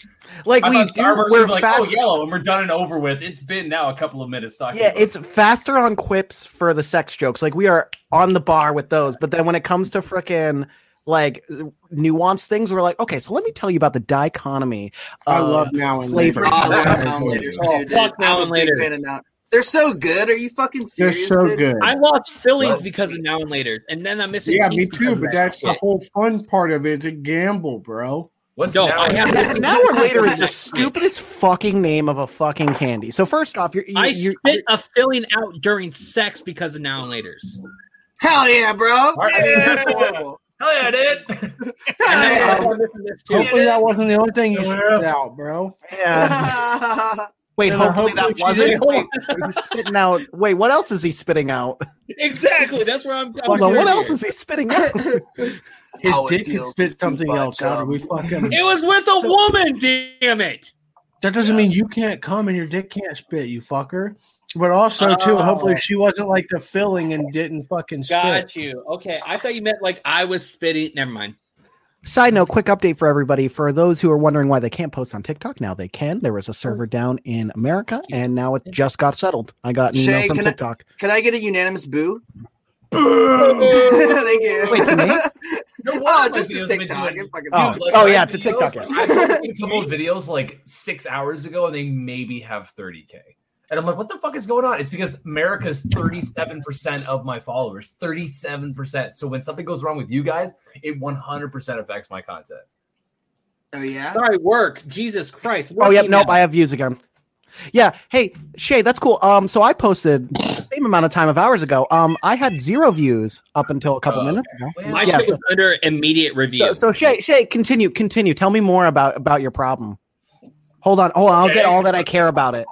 Speaker 3: Like
Speaker 6: I
Speaker 3: we
Speaker 6: thought
Speaker 3: do,
Speaker 6: Starburst would
Speaker 3: we're
Speaker 6: be like, oh
Speaker 3: fast.
Speaker 6: yellow, and we're done and over with. It's been now a couple of minutes talking.
Speaker 3: Yeah,
Speaker 6: about
Speaker 3: it's faster on quips for the sex jokes. Like we are on the bar with those, but then when it comes to frickin' like nuanced things, we're like, okay, so let me tell you about the dichotomy.
Speaker 5: I
Speaker 3: of
Speaker 5: love now and
Speaker 3: Uh, flavor.
Speaker 5: later.
Speaker 2: oh,
Speaker 5: That-
Speaker 2: now and later,
Speaker 7: Oh,
Speaker 2: too, dude.
Speaker 7: fuck Now
Speaker 2: I'm a
Speaker 7: and
Speaker 2: big
Speaker 7: Later.
Speaker 2: fan of now. They're so good. Are you fucking
Speaker 5: They're
Speaker 2: serious?
Speaker 5: so
Speaker 2: dude?
Speaker 5: good.
Speaker 7: I lost fillings
Speaker 2: Well,
Speaker 7: because of now and later, and then I'm missing.
Speaker 5: Yeah,
Speaker 7: teeth
Speaker 5: me
Speaker 7: because
Speaker 5: too.
Speaker 7: of
Speaker 5: But
Speaker 7: that
Speaker 5: that's the
Speaker 7: shit.
Speaker 5: whole fun part of it. It's a gamble, bro.
Speaker 6: what's
Speaker 7: No,
Speaker 6: now?
Speaker 7: I have.
Speaker 3: Now or later is the stupidest fucking name of a fucking candy. So first off, you're, you
Speaker 7: I
Speaker 3: you're,
Speaker 7: spit a filling out during sex because of now and later's.
Speaker 2: Hell yeah, bro. I mean, that's
Speaker 6: Yeah.
Speaker 2: horrible.
Speaker 6: Hell yeah, dude.
Speaker 2: Hell
Speaker 7: And
Speaker 2: yeah.
Speaker 7: then- oh, this and this too.
Speaker 5: Hopefully that wasn't the only thing you
Speaker 6: Yeah.
Speaker 5: spit out, bro.
Speaker 3: yeah. Wait,
Speaker 5: Yeah,
Speaker 3: hopefully that
Speaker 5: hopefully she
Speaker 3: wasn't. Wait, he's spitting out. Wait, what else is he spitting out?
Speaker 7: Exactly. That's where I'm. I'm
Speaker 3: Hold on, what
Speaker 7: doing
Speaker 3: else
Speaker 7: here.
Speaker 3: is he spitting out?
Speaker 5: His
Speaker 2: How it
Speaker 5: dick could
Speaker 2: feels
Speaker 5: spit
Speaker 2: to
Speaker 5: something
Speaker 2: butt
Speaker 3: um,
Speaker 5: else out.
Speaker 2: chug.
Speaker 5: We fucking
Speaker 7: It was with a woman. Damn it.
Speaker 5: That doesn't mean you can't come and your dick can't spit, you fucker. But also, too,
Speaker 7: Oh.
Speaker 5: hopefully she wasn't like the filling and didn't fucking spit.
Speaker 7: Got you. Okay, I thought you meant like I was spitting. Never mind.
Speaker 3: Side note, quick update for everybody. For those who are wondering why they can't post on TikTok now, they can. There was a server down in America, and now it just got settled. I got an email
Speaker 2: Shay,
Speaker 3: from
Speaker 2: can I,
Speaker 3: TikTok.
Speaker 2: can I get a unanimous boo? Thank you.
Speaker 3: Ah,
Speaker 2: oh, just to TikTok. It fucking
Speaker 3: Oh,
Speaker 2: sucks.
Speaker 3: oh, yeah, it's a TikTok, yeah.
Speaker 6: I posted a couple of videos like six hours ago, and they maybe have 30k. And I'm like, what the fuck is going on? It's because America's 37% of my followers. 37%. So when something goes wrong with you guys, it 100% affects my content.
Speaker 2: Oh yeah.
Speaker 7: Sorry, work. Jesus Christ.
Speaker 3: Oh,
Speaker 7: work
Speaker 3: yep.
Speaker 7: email.
Speaker 3: Nope. I have views again. Yeah. Hey, Shay, that's cool. Um, so I posted the same amount of time of hours ago. Um, I had zero views up until a
Speaker 5: Oh,
Speaker 3: couple minutes ago.
Speaker 7: My
Speaker 3: Yeah,
Speaker 7: shit
Speaker 3: so-
Speaker 7: was under immediate review.
Speaker 3: so, so Shay, Shay, continue, continue. Tell me more about about your problem. Hold on, hold on. I'll get all that I care about it.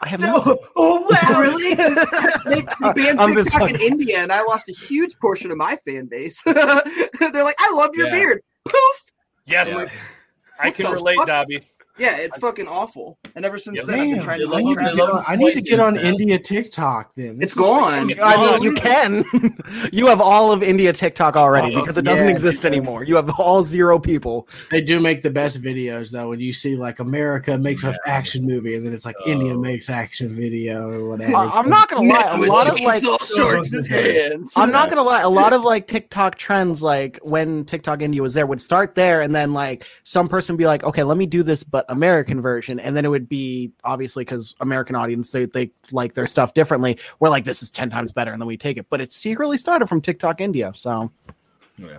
Speaker 3: I have no.
Speaker 6: Oh
Speaker 2: wow! really? They, they banned
Speaker 3: I'm just
Speaker 2: TikTok in
Speaker 3: fucking-
Speaker 2: India, and I lost a huge portion of my fan base. They're like, "I love your
Speaker 1: Yeah.
Speaker 2: beard." Poof.
Speaker 1: Yes,
Speaker 2: I'm like,
Speaker 1: I
Speaker 2: what
Speaker 1: can
Speaker 2: the
Speaker 1: relate,
Speaker 2: fuck?
Speaker 1: Dobby.
Speaker 2: Yeah, it's fucking awful. And ever since
Speaker 1: Yeah,
Speaker 2: then, I've been
Speaker 1: man.
Speaker 2: trying
Speaker 1: They
Speaker 2: to like
Speaker 1: love-
Speaker 2: track
Speaker 1: they love
Speaker 2: it.
Speaker 5: I need to get on India TikTok then.
Speaker 2: It's gone.
Speaker 3: I mean, you can. you have all of India TikTok already
Speaker 5: Oh,
Speaker 3: because it doesn't
Speaker 5: yeah.
Speaker 3: exist anymore. You have all zero people.
Speaker 5: They do make the best videos though. When you see like America makes an action movie, and then it's like India makes action video or whatever.
Speaker 3: I- I'm not gonna lie. A
Speaker 5: With
Speaker 3: lot of like,
Speaker 5: chainsaw sharks as hands.
Speaker 3: I'm not gonna lie. A lot of like TikTok trends, like when TikTok India was there, would start there, and then like some person would be like, "Okay, let me do this, but American version," and then it would be obviously because American audience they they like their stuff differently. We're like, "This is ten times better," and then we take it. But it secretly started from TikTok India. So
Speaker 6: Oh, Yeah.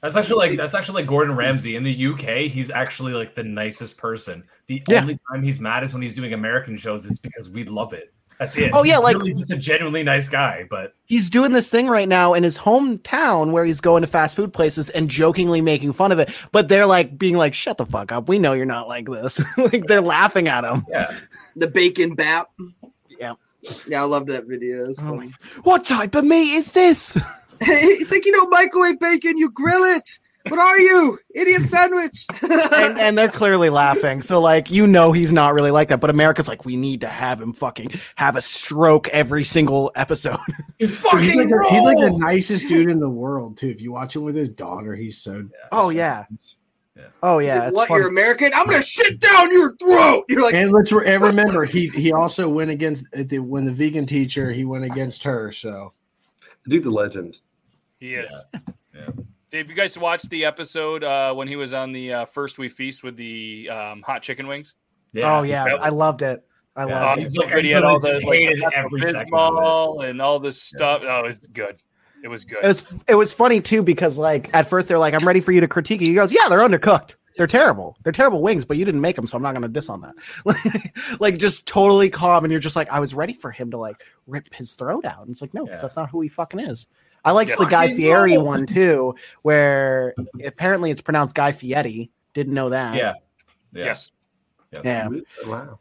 Speaker 6: That's actually like that's actually like Gordon Ramsay in the UK. He's actually like the nicest person. The
Speaker 3: Yeah.
Speaker 6: only time he's mad is when he's doing American shows. It's because we love it. That's it.
Speaker 3: Oh, yeah,
Speaker 6: He's
Speaker 3: like-
Speaker 6: really just a genuinely nice guy. But
Speaker 3: he's doing this thing right now in his hometown where he's going to fast food places and jokingly making fun of it. But they're like being like, "Shut the fuck up. We know you're not like this." like they're laughing at him.
Speaker 6: Yeah.
Speaker 2: The bacon bap.
Speaker 3: Yeah. Oh
Speaker 2: Yeah, I love that video. It's funny.
Speaker 3: What type of meat is this?
Speaker 2: it's like you don't microwave bacon, you grill it. What are you, idiot sandwich?
Speaker 3: and, and they're clearly laughing. So like you know he's not really like that. But America's like, we need to have him fucking have a stroke every single episode.
Speaker 5: he's, like the, he's like the nicest dude in the world too. If you watch him with his daughter, he's so.
Speaker 3: Oh yeah. Oh yeah. it's
Speaker 2: what?
Speaker 3: fun.
Speaker 2: You're American? I'm gonna shit down your throat. You're like,
Speaker 5: and let's re- and remember he he also went against at the, when the vegan teacher he went against her.
Speaker 3: Oh
Speaker 5: So,
Speaker 8: dude's a legend.
Speaker 1: He is. Dave, you guys watched the episode uh, when he was on the uh, first we feast with the um, hot chicken wings?
Speaker 3: Oh yeah. I loved it. I
Speaker 6: Uh,
Speaker 1: Yeah,
Speaker 3: loved
Speaker 1: he's
Speaker 3: it.
Speaker 1: like he had all the
Speaker 6: just hated
Speaker 1: like,
Speaker 6: every second
Speaker 1: Bismol and all this stuff. Oh, it's good. It was good.
Speaker 3: It was it was funny too because like at first they're like, I'm ready for you to critique it. He goes, Yeah, they're undercooked. They're terrible. They're terrible wings, but you didn't make them, so I'm not gonna diss on that. Like, like just totally calm, and you're just like, I was ready for him to like rip his throat out. And it's like, no, 'cause that's not who he fucking is. I liked
Speaker 1: Yeah.
Speaker 3: the Guy
Speaker 1: Fucking
Speaker 3: Fieri
Speaker 1: no.
Speaker 3: one too, where apparently it's pronounced Guy Fieri. Didn't know that.
Speaker 6: yeah. Yes.
Speaker 3: Yeah.
Speaker 8: Wow.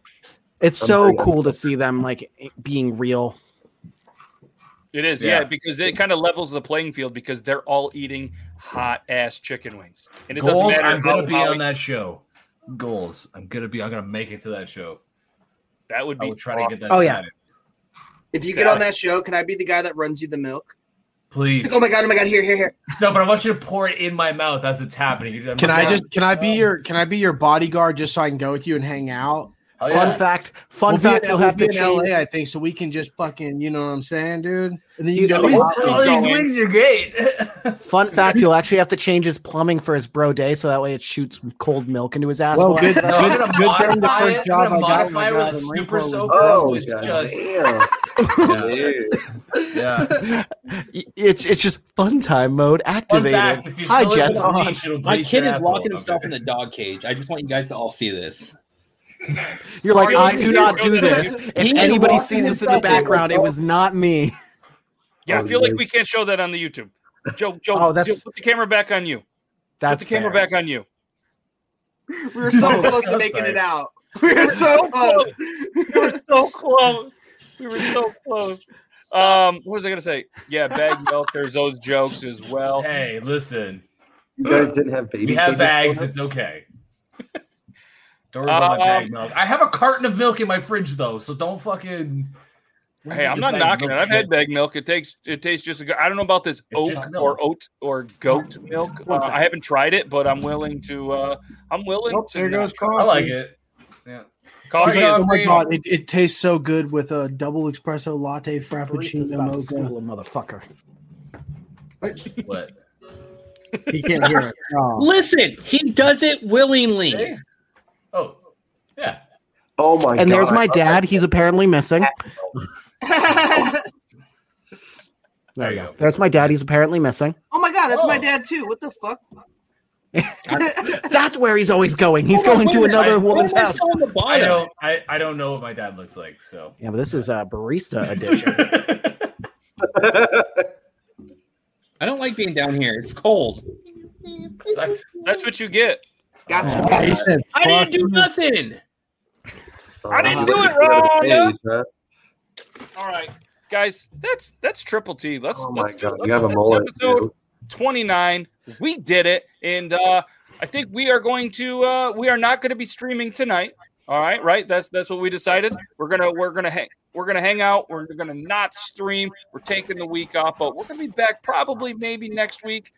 Speaker 3: It's
Speaker 1: I'm
Speaker 3: so
Speaker 1: pretty
Speaker 3: cool to see them like being real.
Speaker 1: It is, yeah,
Speaker 3: Yeah.
Speaker 1: because it kind of levels the playing field because they're all eating hot ass chicken wings, and it doesn't
Speaker 6: goals,
Speaker 1: matter.
Speaker 6: I'm gonna
Speaker 1: how-
Speaker 6: be
Speaker 1: how
Speaker 6: on
Speaker 1: he-
Speaker 6: that show. Goals. I'm gonna be. I'm gonna make it to that show.
Speaker 1: That would
Speaker 6: be. I will try to get that.
Speaker 2: Oh, yeah.
Speaker 6: signed.
Speaker 2: if you get on that show, can I be the guy that runs you the milk?
Speaker 6: Please.
Speaker 2: Oh my god! Oh my god! Here, here, here.
Speaker 6: No, but I want you to pour it in my mouth as it's happening. You- I'm
Speaker 5: can
Speaker 6: not-
Speaker 5: I just can I
Speaker 6: Oh.
Speaker 5: be your can I be your bodyguard just so I can go with you and hang out?
Speaker 6: Oh,
Speaker 3: Fun yeah. fact- fun
Speaker 5: We'll be
Speaker 3: fact,
Speaker 5: in-
Speaker 3: you'll
Speaker 5: we'll
Speaker 3: have
Speaker 5: be
Speaker 3: to
Speaker 5: in
Speaker 3: change-
Speaker 5: LA, I think, so we can just fucking, you know what I'm saying, dude. And then you,
Speaker 3: You know,
Speaker 5: can go. to
Speaker 3: all-
Speaker 5: Boston.
Speaker 3: all these wings
Speaker 6: are great.
Speaker 3: Fun fact, he'll actually have to change his plumbing for his bro day so that way it shoots cold milk into his ass.
Speaker 5: Well, good- No, I'm good- gonna good modify
Speaker 6: thing, the first I'm job gonna I got in my modify it with a driving super range soaker, was-
Speaker 8: Oh,
Speaker 6: so it's
Speaker 8: yeah.
Speaker 3: It's it's just fun time mode
Speaker 7: Fun
Speaker 3: activated.
Speaker 7: fact, if you
Speaker 3: Hi,
Speaker 7: fill it
Speaker 3: Jets
Speaker 7: with a
Speaker 3: on.
Speaker 7: leash, it'll My kid is locking himself in the dog cage. I just want you guys to all see this.
Speaker 3: You're like, I
Speaker 7: Are you
Speaker 3: do not do
Speaker 7: serious?
Speaker 3: this.
Speaker 7: He
Speaker 3: If
Speaker 7: is
Speaker 3: anybody
Speaker 7: walking
Speaker 3: sees this in the
Speaker 7: himself in the
Speaker 3: background, it was not me.
Speaker 1: Yeah, I
Speaker 3: Oh,
Speaker 1: feel like
Speaker 3: nice.
Speaker 1: we can't show that on the YouTube. Joe, Joe,
Speaker 3: Oh, that's-
Speaker 1: Joe, put the camera back on you.
Speaker 3: That's
Speaker 1: put the camera
Speaker 3: fair.
Speaker 1: back on you.
Speaker 2: We were so close to making it out. We were so close.
Speaker 1: so close. We were so close. Um, what was I gonna say? Yeah, bag milk. There's those jokes as well.
Speaker 6: Hey, listen.
Speaker 8: You guys didn't have baby.
Speaker 6: We have
Speaker 8: pictures
Speaker 6: bags.
Speaker 8: going
Speaker 6: It's okay. Don't worry about my bag
Speaker 1: Um,
Speaker 6: milk. I have a carton of milk in my fridge though, so don't fucking.
Speaker 1: Hey, I'm not knocking it. I've had bag milk. It takes it tastes just. as good. I don't know about this oat
Speaker 6: just milk.
Speaker 1: or oat or goat milk. Uh,
Speaker 6: One second.
Speaker 1: I haven't tried it, but I'm willing to. Uh, I'm willing
Speaker 6: Nope,
Speaker 1: to.
Speaker 6: there goes
Speaker 1: not try.
Speaker 6: I like it. Yeah.
Speaker 1: Coffee.
Speaker 5: oh my
Speaker 1: coffee.
Speaker 5: god, it, it tastes so good with a double espresso latte
Speaker 3: Barista's
Speaker 5: frappuccino
Speaker 3: about to
Speaker 5: mocha.
Speaker 3: school a motherfucker.
Speaker 6: What?
Speaker 5: He can't hear it. Oh.
Speaker 7: Listen, he does it willingly.
Speaker 6: Oh, yeah.
Speaker 8: Oh my
Speaker 3: and there's
Speaker 8: God.
Speaker 3: my dad. He's apparently missing.
Speaker 6: There you go.
Speaker 3: There's my dad. He's apparently missing.
Speaker 2: Oh my god, that's my
Speaker 6: Oh.
Speaker 2: dad too. What the fuck?
Speaker 3: That's where he's always going. He's
Speaker 7: Hold on,
Speaker 3: going
Speaker 7: wait
Speaker 3: to
Speaker 7: a minute.
Speaker 3: another
Speaker 7: I-
Speaker 3: woman's
Speaker 7: why am I
Speaker 3: house.
Speaker 7: still on the bottom?
Speaker 6: I don't. I, I don't know what my dad looks like. So
Speaker 3: Yeah, but this is a barista edition.
Speaker 7: I don't like being down here. It's cold.
Speaker 1: That's, that's what you get.
Speaker 2: Gotcha.
Speaker 7: Oh.
Speaker 5: he said,
Speaker 7: I didn't do nothing.
Speaker 1: I didn't do it
Speaker 8: Hey,
Speaker 1: wrong.
Speaker 8: huh?
Speaker 1: All right, guys. That's that's triple T. Let's
Speaker 8: Oh my
Speaker 1: let's do
Speaker 8: god,
Speaker 1: it.
Speaker 8: you have a
Speaker 1: Let's-
Speaker 8: mullet.
Speaker 1: episode
Speaker 8: dude.
Speaker 1: 29. We did it, and uh, I think we are going to. Uh, we are not going to be streaming tonight. All right, right. That's that's what we decided. We're gonna we're gonna hang we're gonna hang out. We're gonna not stream. We're taking the week off, but we're gonna be back probably maybe next week.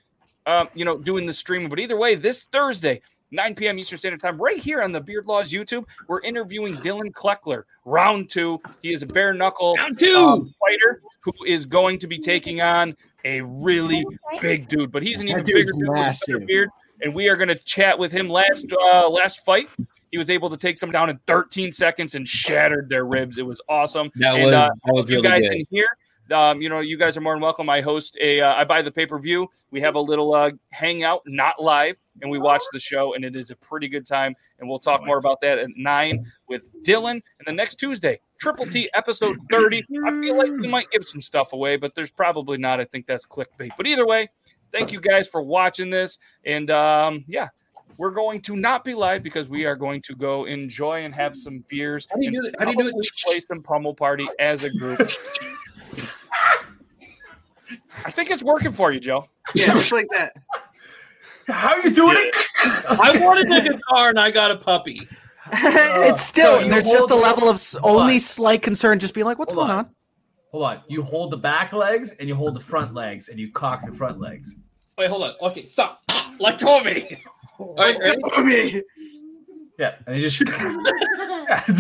Speaker 1: Um, you know, doing the streaming. But either way, this Thursday. 9 p.m. Eastern Standard Time, right here on the Beard Laws YouTube. We're interviewing Dylan Kleckler, round two. He is a bare knuckle um,
Speaker 7: Round two!
Speaker 1: fighter who is going to be taking on a really big dude, but he's an even
Speaker 5: That dude's
Speaker 1: bigger dude with a better
Speaker 5: massive.
Speaker 1: beard. And we are going to chat with him. Last uh, last fight, he was able to take some down in 13 seconds and shattered their ribs. It was awesome.
Speaker 7: That
Speaker 1: and,
Speaker 7: was-
Speaker 1: uh,
Speaker 7: that was
Speaker 1: you
Speaker 7: really
Speaker 1: guys
Speaker 7: good.
Speaker 1: in here. Um, you know, you guys are more than welcome. I host a, uh, I buy the pay per view. We have a little uh, hangout, not live, and we watch the show, and it is a pretty good time. And we'll talk more about that at nine with Dylan. And the next Tuesday, Triple T episode 30. I feel like we might give some stuff away, but there's probably not. I think that's clickbait. But either way, thank you guys for watching this. And um, yeah, we're going to not be live because we are going to go enjoy and have some beers. How
Speaker 7: do you do
Speaker 1: it?
Speaker 7: that? How do you do it?
Speaker 1: Play some pummel party as a group. I think it's working for you, Joe.
Speaker 2: Yeah, just like that.
Speaker 6: How are you doing it?
Speaker 7: I wanted a guitar and I got a puppy. Oh.
Speaker 3: it's still
Speaker 6: so you
Speaker 3: there's
Speaker 6: hold
Speaker 3: just a
Speaker 6: the-
Speaker 3: level of s- only slight concern, just being like, what's
Speaker 6: Hold
Speaker 3: going
Speaker 6: on.
Speaker 3: on?
Speaker 6: Hold on. You hold the back legs and you hold the front legs and you cock the front legs.
Speaker 7: Wait, hold on. Okay, stop. Let go of me. All right, ready?
Speaker 6: Yeah, and you just.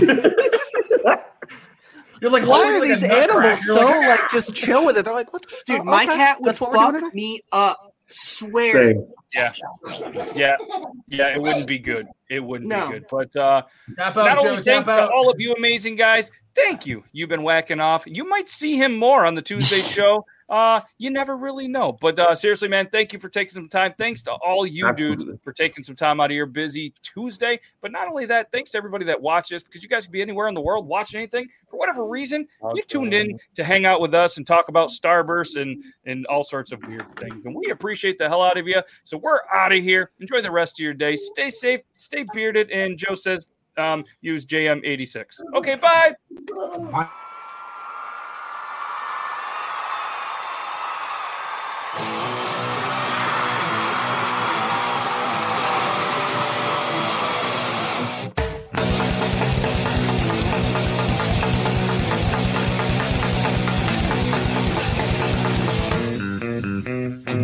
Speaker 6: You're like,
Speaker 3: Why
Speaker 6: holding
Speaker 3: are
Speaker 6: like a
Speaker 3: these
Speaker 6: nutcracker.
Speaker 3: animals
Speaker 6: You're
Speaker 3: so
Speaker 6: like, "Ah."
Speaker 3: like just chill with it? They're like, what?
Speaker 2: Dude,
Speaker 3: oh,
Speaker 2: my
Speaker 3: okay,
Speaker 2: cat would
Speaker 3: that's what we're doing
Speaker 2: fuck
Speaker 3: today?
Speaker 2: me up. Swear.
Speaker 8: Same.
Speaker 1: Yeah. Yeah. Yeah. It wouldn't be good. It wouldn't
Speaker 2: No.
Speaker 1: be good. But uh
Speaker 6: tap
Speaker 1: not
Speaker 6: out,
Speaker 1: only
Speaker 6: Joe. Tap
Speaker 1: thanks to
Speaker 6: out.
Speaker 1: all of you amazing guys. Thank you. You've been whacking off. You might see him more on the Tuesday show. Uh, you never really know. But uh, seriously, man, thank you for taking some time. Thanks to all you dudes
Speaker 8: Absolutely.
Speaker 1: for taking some time out of your busy Tuesday. But not only that, thanks to everybody that watches because you guys could be anywhere in the world watching anything for whatever reason. You tuned in to hang out with us and talk about Starburst and and all sorts of weird things. And we appreciate the hell out of you. So we're out of here. Enjoy the rest of your day. Stay safe. Stay bearded. And Joe says, um, use JM86. Okay, bye.
Speaker 10: Mm-hmm.